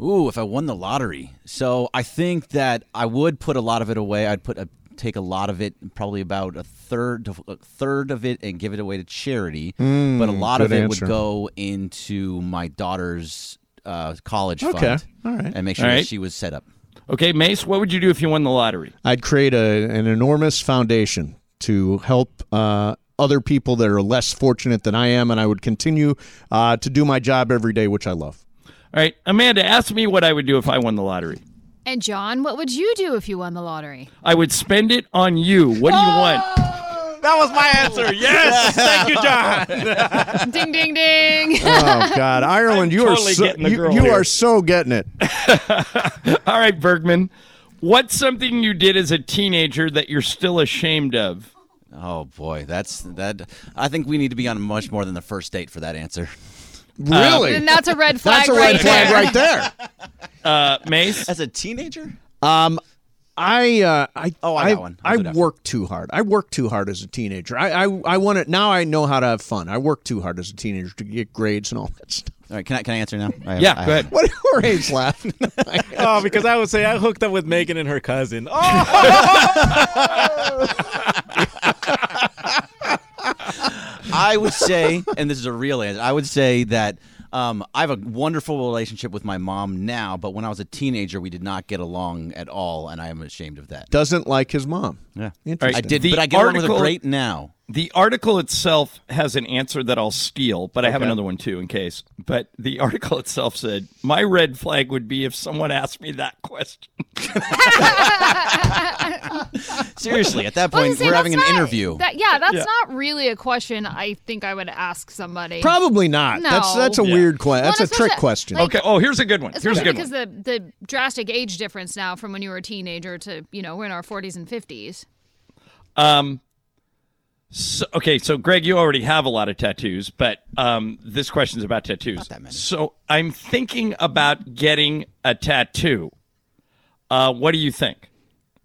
Ooh, if I won the lottery. So I think that I would put a lot of it away. I'd put a take a lot of it, probably about a third of a third of it and give it away to charity.
Mm,
but a lot of
good
it
answer.
would go into my daughter's uh, college
Okay,
fund.
all right.
And make sure
All right.
that she was set up.
Okay, Mace, what would you do if you won the lottery?
I'd create a, an enormous foundation to help uh, other people that are less fortunate than I am, and I would continue uh, to do my job every day, which I love.
All right, Amanda, ask me what I would do if I won the lottery.
And John, what would you do if you won the lottery?
I would spend it on you. What do you want?
That was my answer. Yes. Thank you, John.
ding ding ding.
Oh God, Ireland, you
totally
are so,
getting the
you-
girl
you
here.
are so getting it.
All right, Bergman, what's something you did as a teenager that you're still ashamed of?
Oh boy, that's that. I think we need to be on much more than the first date for that answer.
*laughs*
Really,
Then that's a red flag
that's a red
right
flag
there.
right there.
Uh, Mace?
As a teenager,
Um, I uh, I oh
I got one.
I worked too hard. I worked too hard as a teenager. I I, I want to now. I know how to have fun. I worked too hard as a teenager to get grades and all that stuff. *laughs*
All right, can I can I answer now? I have-
Yeah,
I have
go ahead.
one.
What Jorge's laugh?
oh, because I would say I hooked up with Megan and her cousin. Oh,
I would say, and this is a real answer. I would say that um, I have a wonderful relationship with my mom now, but when I was a teenager, we did not get along at all, and I am ashamed of that.
Doesn't like his mom.
Yeah,
Interesting.
I did, but I get along with her great now.
The article itself has an answer that I'll steal, but I have
Okay.
another one too in case. But the *laughs* article itself said, "My red flag would be if someone asked me that question."
Seriously, at that
Well, I was
point,
gonna say,
we're having an
that's not-
interview.
That, yeah, that's
Yeah.
not really a question I think I would ask somebody.
Probably not.
No.
That's that's a
Yeah.
weird question. That's
Well,
a
it's
trick
also,
question.
like- Okay,
oh, here's a good one.
Especially because the the drastic age difference now from when you were a teenager to you know we're in our 40s and 50s.
Um. So, okay, so Greg, you already have a lot of tattoos, but um, this question's about tattoos. Not that many. So I'm thinking about getting a tattoo. Uh, what do you think?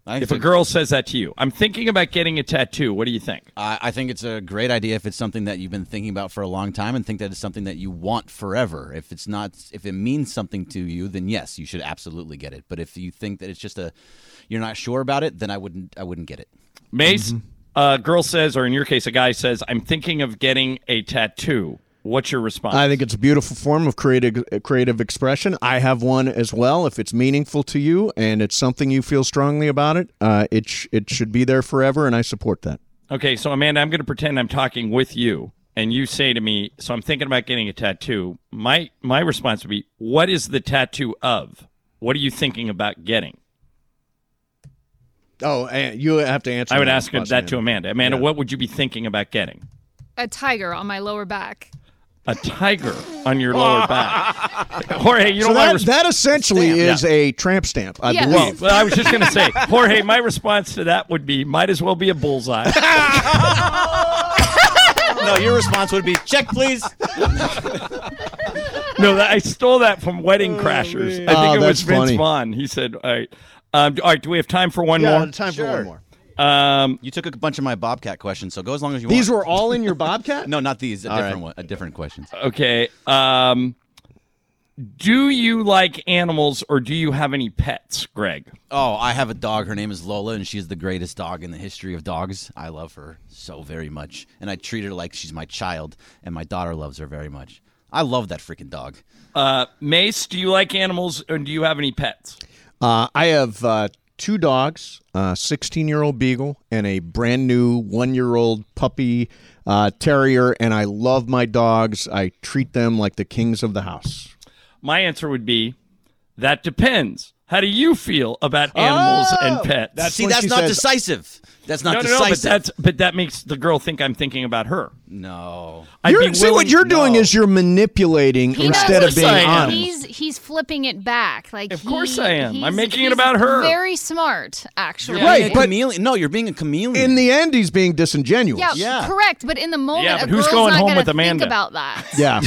if a girl says that to you, I'm thinking about getting a tattoo. What do you think?
I, I think it's a great idea if it's something that you've been thinking about for a long time and think that it's something that you want forever. If it's not, if it means something to you, then yes, you should absolutely get it. But if you think that it's just a, you're not sure about it, then I wouldn't, I wouldn't get it.
Mace, a girl says, or in your case, a guy says, I'm thinking of getting a tattoo. What's your response?
I think it's a beautiful form of creative creative expression. I have one as well. If it's meaningful to you and it's something you feel strongly about it, uh, it sh- it should be there forever, and I support that.
Okay, so Amanda, I'm going to pretend I'm talking with you, and you say to me, "So I'm thinking about getting a tattoo." My my response would be, "What is the tattoo of? What are you thinking about getting?"
Oh, and you have to answer.
I would
that
ask
response,
that to Amanda. Amanda, what would you be thinking about getting?
A tiger on my lower back.
A tiger on
*laughs*
your lower back. Jorge, you
so
know my
that,
resp-
that essentially is a tramp stamp, I
Yeah.
Well,
believe.
well, I was just going to say, Jorge, my response to that would be, might as well be
*laughs*
a bullseye.
no, your response would be check, please.
no, that, I stole that from Wedding Crashers. I
Oh,
think it was
that's
Vince
funny.
Vaughn. He said, "All right, um, all right, do we have time for one
Yeah,
more?
time for one Sure. more.
Um,
you took a bunch of my Bobcat questions, so go as long as you
These
want.
were all in your *laughs* Bobcat?
no, not these. A
All
different
right.
one. A different question.
Okay. Um, do you like animals or do you have any pets, Greg?
Oh, I have a dog. Her name is Lola, and she's the greatest dog in the history of dogs. I love her so very much, and I treat her like she's my child, and my daughter loves her very much. I love that freaking dog.
Uh, Mace, do you like animals or do you have any pets?
Uh, I have uh, two dogs, a 16 year old beagle and a brand new one year old puppy uh, terrier, and I love my dogs. I treat them like the kings of the house.
My answer would be that depends. How do you feel about animals
Oh,
and pets?
See, that's not decisive. That's not
no, no, no,
decisive.
but that's but that makes the girl think I'm thinking about her.
No,
I'd
You're-
be
see, what
willing-
you're doing is you're manipulating
He
instead
knows
of being
I am.
honest.
He's he's flipping it back. Like of
course I am. I'm making it
he's
about her.
Very smart, actually.
Right, but
no, you're being a chameleon.
In the end, he's being disingenuous.
Yeah,
*laughs*
correct. But in the moment,
Yeah,
a
but who's
girl's
going
not
home
gonna
with Amanda?
Think about that.
Yeah.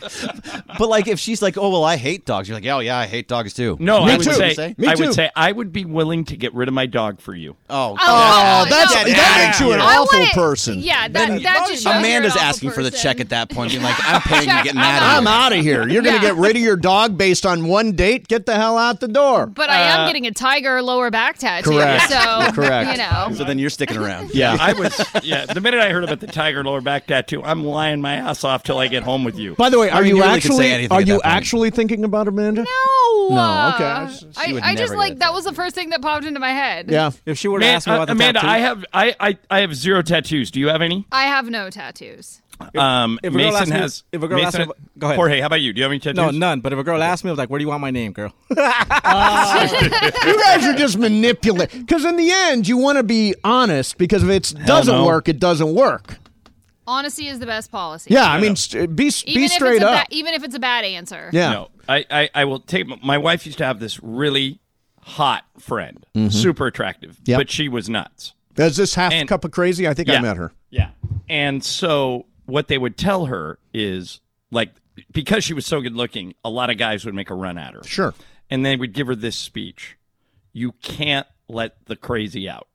but like, if she's like, "Oh well, I hate dogs," you're like, "Oh yeah, I hate dogs too."
No, I would
That's what
say,
you
I would say I would be willing to get rid of my dog for you.
Oh,
Oh, that's
no.
that makes you an
I
awful
wouldn't-
person.
yeah, that-
Then
that just shows
Amanda's
you're an awful
asking for the check at that point, being like, "I'm paying you,
*laughs*
getting out of here."
I'm out of here. You're going to
Yeah.
get rid of your dog based on one date. Get the hell out the door.
But I
Uh,
am getting a tiger lower back tattoo.
Correct.
*laughs*
So
Correct.
you know.
So then you're sticking around.
Yeah, I was. Yeah, the minute I heard about the tiger lower back tattoo, I'm lying my ass off till I get home with you.
By the way,
I
are
mean,
you,
really could say
actually
anything
are
at
you
that point.
actually thinking about Amanda?
No.
No. Okay.
Uh, I, I just like that was the first thing that popped into my head. *laughs*
If she were to
Man-
ask me
uh,
about the
Amanda,
tattoo,
I have I, I I have zero tattoos. Do you have any?
I have no tattoos.
um,
if a girl
Mason
asked me-
has.
if a girl asked
Mason,
me about- go ahead.
Jorge, how about you? Do you have any tattoos?
no, none. But if a girl asked me, I was like, "Where do you want my name, girl?"
you guys are just manipulating. Because in the end, you want to be honest. Because if it doesn't
no.
work, it doesn't work.
Honesty is the best policy.
Yeah, I mean, st- be
even
be
if
straight
it's a ba-
up.
even if it's a bad e- answer.
No, I, I, I will take. My wife used to have this really hot friend,
Mm-hmm.
Mhm.
super attractive,
Yep.
but she was nuts.
Does this half cup of crazy? I think I
Yeah.
met her.
Yeah. And so what they would tell her is like because she was so good looking, a lot of guys would make a run at her.
Sure.
And they would give her this speech. You can't let the crazy out.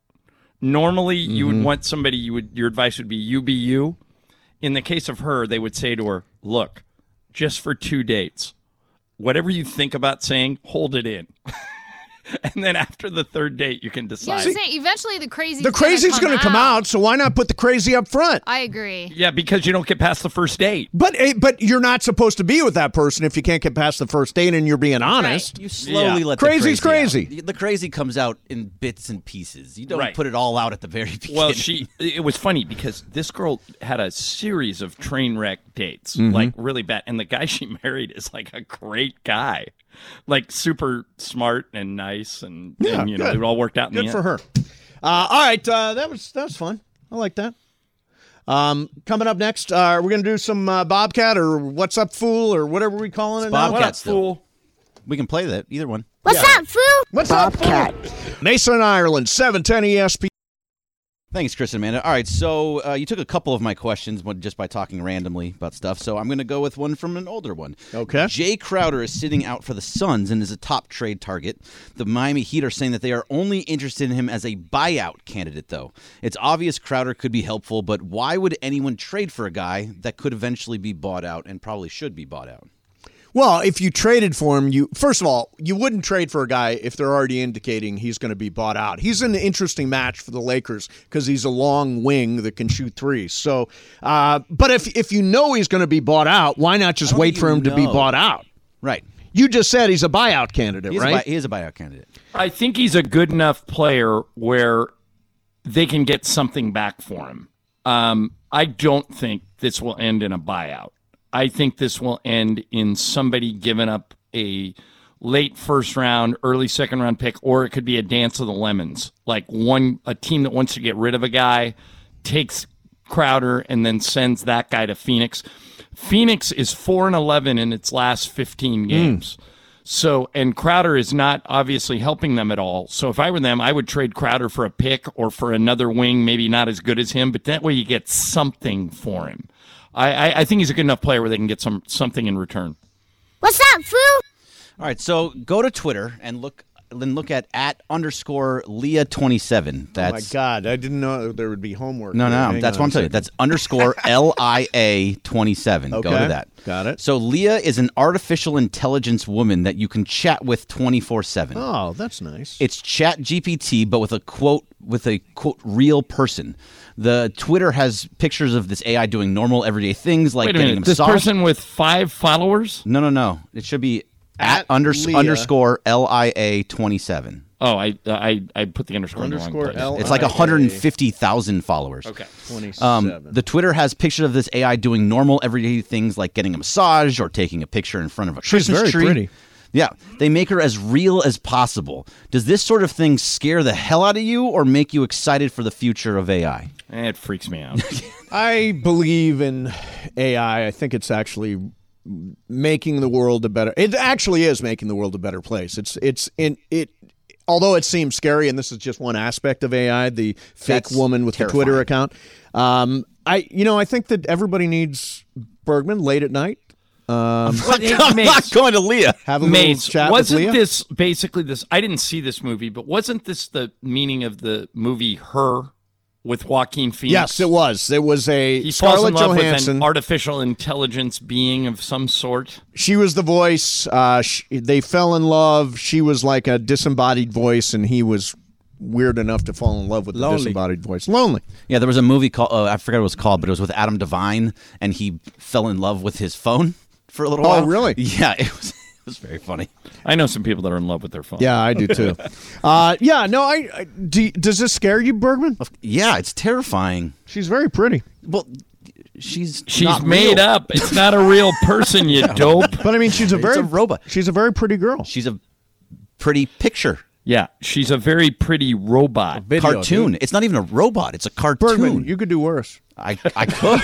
Normally, you would
Mhm.
want somebody. You would your advice would be you be you. In the case of her, they would say to her, "Look, just for two dates, whatever you think about saying, hold it in." *laughs* And then after the third date, you can
Yeah, I
decide.
was saying, eventually the crazy.
The crazy's going to come out, so why not put the crazy up front?
I agree.
Yeah, because you don't get past the first date.
But eh, but you're not supposed to be with that person if you can't get past the first date and you're being honest.
You slowly let
crazy's
the crazy.
crazy.
out. The crazy comes out in bits and pieces. You don't
Right.
put it all out at the very
*laughs*
beginning.
Well, she it was funny because this girl had a series of train wreck dates,
Mm-hmm.
Mhm.
like really bad. And the guy *laughs* she married is like a great guy, like super smart and nice, and,
Yeah,
and, you know
good.
it all worked out. In
Good
the
for
end.
her. Uh, all right, uh, that was that was fun. I like that. Um, coming up next, uh, we're going to do some uh, Bobcat or What's Up Fool or whatever we calling it. now.
Bobcat still. We can play that either one.
What's up, fool? What's Bobcat. up, fool? Mason Ireland, seven ten E ESP.
Thanks, Chris and Amanda. All right, so uh, you took a couple of my questions but just by talking randomly about stuff, so I'm going to go with one from an older one.
Okay.
Jay Crowder is sitting out for the Suns and is a top trade target. The Miami Heat are saying that they are only interested in him as a buyout candidate, though. It's obvious Crowder could be helpful, but why would anyone trade for a guy that could eventually be bought out and probably should be bought out?
Well, if you traded for him, you first of all, you wouldn't trade for a guy if they're already indicating he's going to be bought out. He's an interesting match for the Lakers because he's a long wing that can shoot threes. So, uh, but if if you know he's going to be bought out, why not just wait for him to be
know?
bought out?
Right.
You just said he's a buyout candidate,
He is, a,
right?
buy- he is a buyout candidate.
I think he's a good enough player where they can get something back for him. Um, I don't think this will end in a buyout. I think this will end in somebody giving up a late first round, early second round pick, or it could be a dance of the lemons. Like one a team that wants to get rid of a guy takes Crowder and then sends that guy to Phoenix. Phoenix is four and eleven in its last fifteen games. So, and Crowder is not obviously helping them at all. So, if I were them, I would trade Crowder for a pick or for another wing, maybe not as good as him, but that way you get something for him. I, I, I think he's a good enough player where they can get some something in return.
What's up, fool? All right, so go to Twitter and look then look at at underscore Leah twenty seven.
oh my
That's
God, I didn't know there would be homework.
no, no,
Hang
that's
on
what I'm
a
telling you.
second.
That's
*laughs*
underscore L I A twenty seven. Go
Okay,
to that. Got it. So Leah is an artificial intelligence woman that you can chat with twenty four seven.
oh, that's nice.
It's Chat GPT, but with a quote with a quote real person. The Twitter has pictures of this AI doing normal everyday things like
Wait a
getting
minute,
them
uh, this person with five followers?
No, no, no. It should be at, unders-
Leah.
underscore L I A twenty seven.
Oh, I I, I put the underscore, in the
Underscore
wrong place.
L-
It's like
LIA.
150,000 followers.
Okay.
27.
Um, the Twitter has pictures of this AI doing normal everyday things like getting a massage or taking a picture in front of a
She's
Christmas
very
tree.
pretty.
Yeah, they make her as real as possible. Does this sort of thing scare the hell out of you or make you excited for the future of AI?
Eh, it freaks
*laughs*
me out.
I believe in AI. I think it's actually making the world a better. It actually is making the world a better place. It's it's in it. Although it seems scary, and this is just one aspect of AI, the fake
That's
woman with the Twitter account. Um, I you know I think that everybody needs Bergman late at night. Um,
But,
*laughs*
hey, Mace,
going to Leah.
Have a
Mates,
little chat
wasn't
with Leah.
this basically this? I didn't see this movie, but wasn't this the meaning of the movie Her with Joaquin Phoenix?
Yes, it was. It was a
He falls
Scarlett
in love with
Johansson.
an artificial intelligence being of some sort.
she was the voice. Uh, sh they fell in love. She was like a disembodied voice, and he was weird enough to fall in love with the
Lonely.
disembodied voice. Lonely.
Yeah, there was a movie called, uh, I forgot what it was called, but it was with Adam Devine and he fell in love with his phone for a little
Oh,
while.
really?
*laughs* Yeah, it was, it was very funny.
I know some people that are in love with their phone.
Yeah, I do
*laughs*
too. uh, yeah, no, I, I do, does this scare you, Bergman?
Yeah, it's terrifying.
She's very pretty.
Well, she's
She's
not
made
real.
up. It's not a real person, you dope.
But I mean, she's a
Oh. It's
very
a robot.
She's a very pretty girl.
She's a pretty picture
Yeah, she's a very pretty robot.
cartoon. It's not even a robot. It's a cartoon.
Bergman, you could do worse.
I, I could.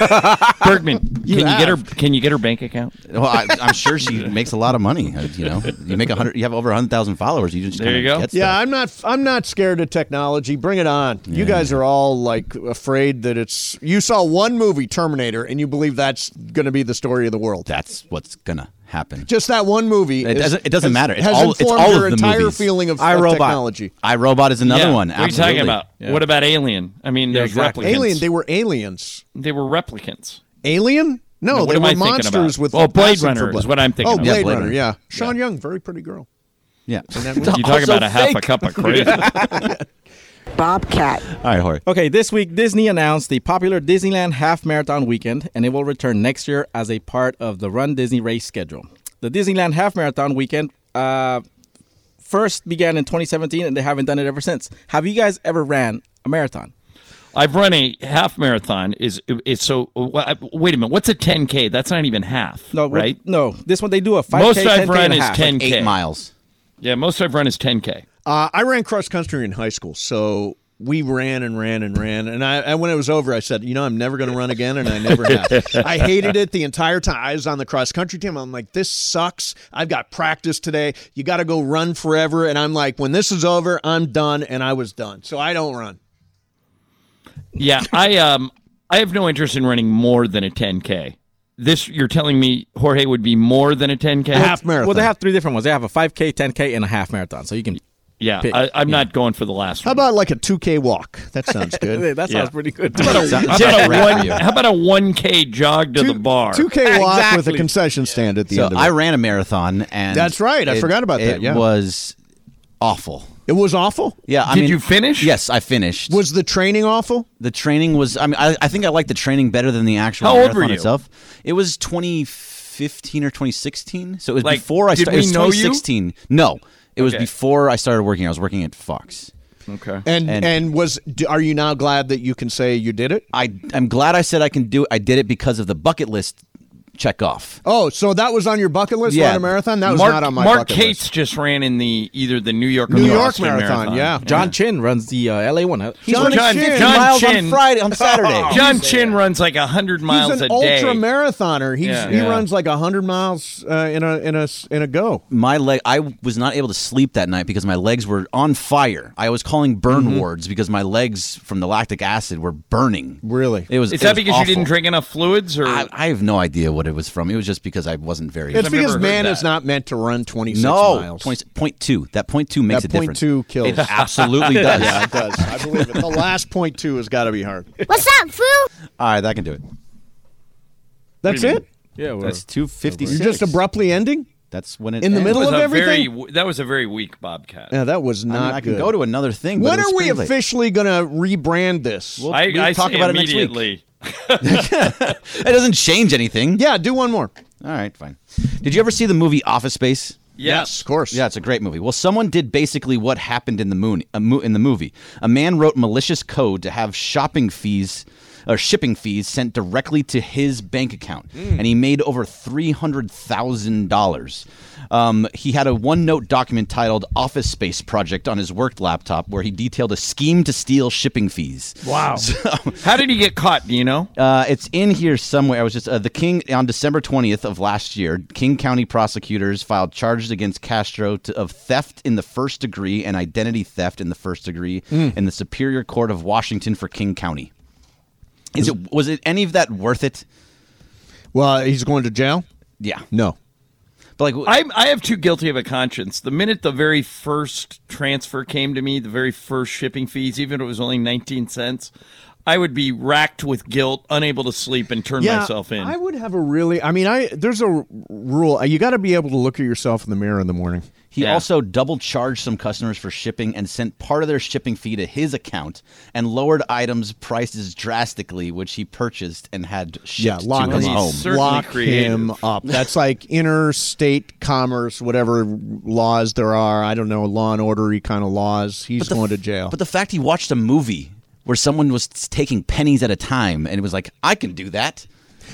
*laughs*
Bergman, can you, get her?
have.
Can you get her bank account?
well, I, I'm
*laughs*
sure she makes a lot of money. uh, You know, you make a hundred. You have over a hundred thousand followers. You just
There you
kinda
go.
get
Yeah,
stuff.
I'm not. I'm not scared of technology. Bring it on. You guys are all like afraid that it's. You saw one movie, Terminator, and you believe that's going to be the story of the world.
That's what's gonna happen.
Just that one movie.
It
is-
doesn't. It doesn't
has-
matter. It's
has
all. It's
informed
all
your
of the
entire
movies.
feeling of, of
iRobot.
technology.
iRobot is another
Yeah.
one.
What are you
Absolutely.
talking about?
Yeah.
What about Alien? I mean, there's replicants.
Alien. They were aliens.
They were replicants.
Alien? No,
What
they
am
were
I thinking
monsters
about?
with.
Oh, Blade
acid for
Runner
blood.
is what I'm thinking
Oh,
of.
Blade,
Yeah, Blade
Runner.
Runner.
Yeah, Sean Young, very pretty girl.
Yeah.
that
You talk about a half a cup of crazy. *laughs*
Bobcat.
All right, Jorge.
Okay, this week Disney announced the popular Disneyland Half Marathon Weekend, and it will return next year as a part of the Run Disney race schedule. The Disneyland Half Marathon Weekend uh, first began in 2017, and they haven't done it ever since. Have you guys ever ran a marathon?
I've run a half marathon. Is is so? wha- Wait a minute. What's a 10k? That's not even half.
No, what-
right?
No, this one they do a 5K,
Most
10K
I've run
and a
is
half.
10k.
Eight miles.
Yeah, most I've run is 10k.
Uh, I ran cross country in high school, so we ran and ran and ran. And I, and when it was over, I said, "You know, I'm never going to run again," and I
*laughs*
never have. I hated it the entire time. I was on the cross country team. I'm like, "This sucks. I've got practice today. You got to go run forever." And I'm like, "When this is over, I'm done." And I was done, so I don't run.
Yeah, I um I have no interest in running more than a 10k. This you're telling me Jorge would be more than a 10k?
Half marathon.
Well, they have three different ones. They have a 5K, 10K, and a half marathon. So you can.
Yeah,
Pick,
I, I'm not going for the last
How
one.
about like a 2K walk? That sounds
*laughs*
good.
That sounds
Yeah.
pretty good.
How about a one? How about a 1k jog to the bar?
2K walk with a
Exactly.
concession stand at the
So
end of it.
I ran a marathon, and
That's right. I
it-
forgot about that,
It
yeah.
was awful.
it was awful.
Yeah. I
Did
mean-
you finish?
Yes, I finished.
Was the training awful?
the training was i mean i, I think i liked the training better than the actual
How old were
marathon
you?
itself it was 2015 or 2016 so it was
Like,
before i
did
started
we
it was
know you?
2016 no it was
Okay.
before i started working i was working at fox
Okay.
And and,
And-
was d- are you now glad that you can say you did it?
i i'm glad i said i can do it i did it because of the bucket list check off
Oh, so that was on your bucket list,
Yeah.
not a marathon. That was
Mark,
not on my
Mark
bucket
Cates
list.
just ran in the either the New York or
New
the
York
Austin
marathon, yeah.
John Chin runs the uh, LA one. He's
John
running
John-
50
John
miles on
Chin-
Friday on Saturday.
John Chin runs like hundred miles
He's an
a day.
ultra marathoner. He's
Yeah.
he
Yeah.
runs like hundred miles uh, in a in a s- in a go.
my leg i was not able to sleep that night because my legs were on fire i was calling burn
Mm-hmm.
wards because my legs from the lactic acid were burning
Really?
it was
Is
it
that
was
because you didn't
awful.
drink enough fluids or
I, I have no idea what it was from. It was just because I wasn't very.
It's
I've never
because
heard
man
that.
is not meant to run twenty six
no,
miles.
20, point two. That point two makes
that
a
point
difference.
two kills.
It absolutely does.
yeah, it *laughs* does. I believe it. The last point two has got to be hard.
What's up, fool?
All right, that can do it.
That's it.
Yeah, we're-
That's two fifty
You're
six.
just abruptly ending.
That's when it
in the
ends.
middle
That was
of
a
everything?
Very, that was a very weak Bobcat.
Yeah, that was
I mean,
not
I
good.
can go to another thing. but
when
it was
are we
pretty late.
officially going to rebrand this?
We'll,
I,
we'll
I
talk
say
about it next week.
immediately.
*laughs* It doesn't change anything.
yeah, do one more.
All right, fine. Did you ever see the movie Office Space?
Yes.
of course.
Yeah, it's a great movie. Well, someone did basically what happened in the moon a mo- in the movie. A man wrote malicious code to have shopping fees or shipping fees sent directly to his bank account, and he made over three hundred thousand dollars. Um, he had a one-note document titled "Office Space Project" on his work laptop, where he detailed a scheme to steal shipping fees.
Wow. How did he get caught? Do you know?
Uh, it's in here somewhere. I was just uh, the King on December 20th of last year. King County prosecutors filed charges against Castro to, of theft in the first degree and identity theft in the first degree
Hmm.
in the Superior Court of Washington for King County. Is it was it any of that worth it?
Well, he's going to jail?
Yeah,
No.
but like
I, I have too guilty of a conscience. The minute the very first transfer came to me, the very first shipping fees, even if it was only 19 cents, I would be racked with guilt, unable to sleep, and turn myself in.
I would have a really. I mean, I there's a r- rule. uh, You got to be able to look at yourself in the mirror in the morning.
He
Yeah.
also double charged some customers for shipping and sent part of their shipping fee to his account and lowered items prices drastically, which he purchased and had
Yeah,
shipped
lock
to his
him
home.
up.
He's certainly
Lock him
creative.
up. That's like interstate commerce, whatever laws there are. I don't know, law and ordery kind of laws. He's
the
going to
f-
jail.
But the fact he watched a movie where someone was taking pennies at a time and it was like, I can do that.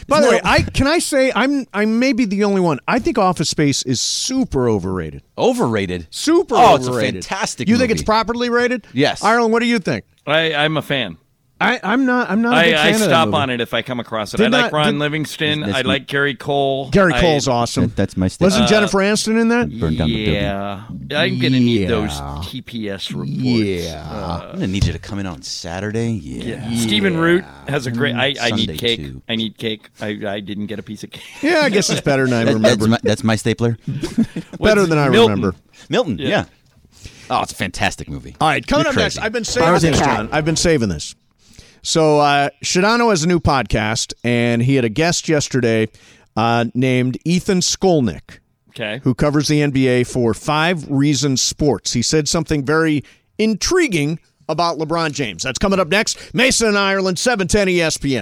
By the
Isn't
way,
that
I can I say I'm I may be the only one. I think Office Space is super overrated.
overrated.
Super
Oh, it's a
overrated.
fantastic
You think it's
movie.
properly rated?
Yes.
Ireland, what do you think?
I, I'm a fan.
I, I'm not. I'm not. a big
I, I
fan of that
stop
movie.
on it if I come across it.
Did
I like
not-
Ron
did-
Livingston.
Is
I
this-
like Gary Cole.
Gary
I-
Cole's awesome.
That- that's my Uh, stick.
Wasn't Jennifer Aniston in that?
Burned down the building.
yeah, I'm gonna need those
Yeah.
TPS reports.
Yeah. I'm gonna need you to come in on Saturday. Yeah.
Yeah. Stephen Root has a great.
Mm-hmm.
I, I
Sunday,
need cake.
too.
I need cake. I, I didn't get a piece of cake.
Yeah, I guess it's better than I
*laughs* That-
remember.
that's, my, that's
*laughs*
my stapler.
better than I
Milton.
remember.
Milton. Yeah.
Yeah.
Oh, it's a fantastic movie.
All right, coming
You're
up next,
crazy.
I've been saving
Powers in
this,
the
John. I've been saving this. So uh, Shadano has a new podcast, and he had a guest yesterday uh, named Ethan Skolnick,
Okay.
who covers the NBA for Five Reasons Sports. He said something very intriguing about LeBron James. That's coming up next. Mason in Ireland, 710 ESPN.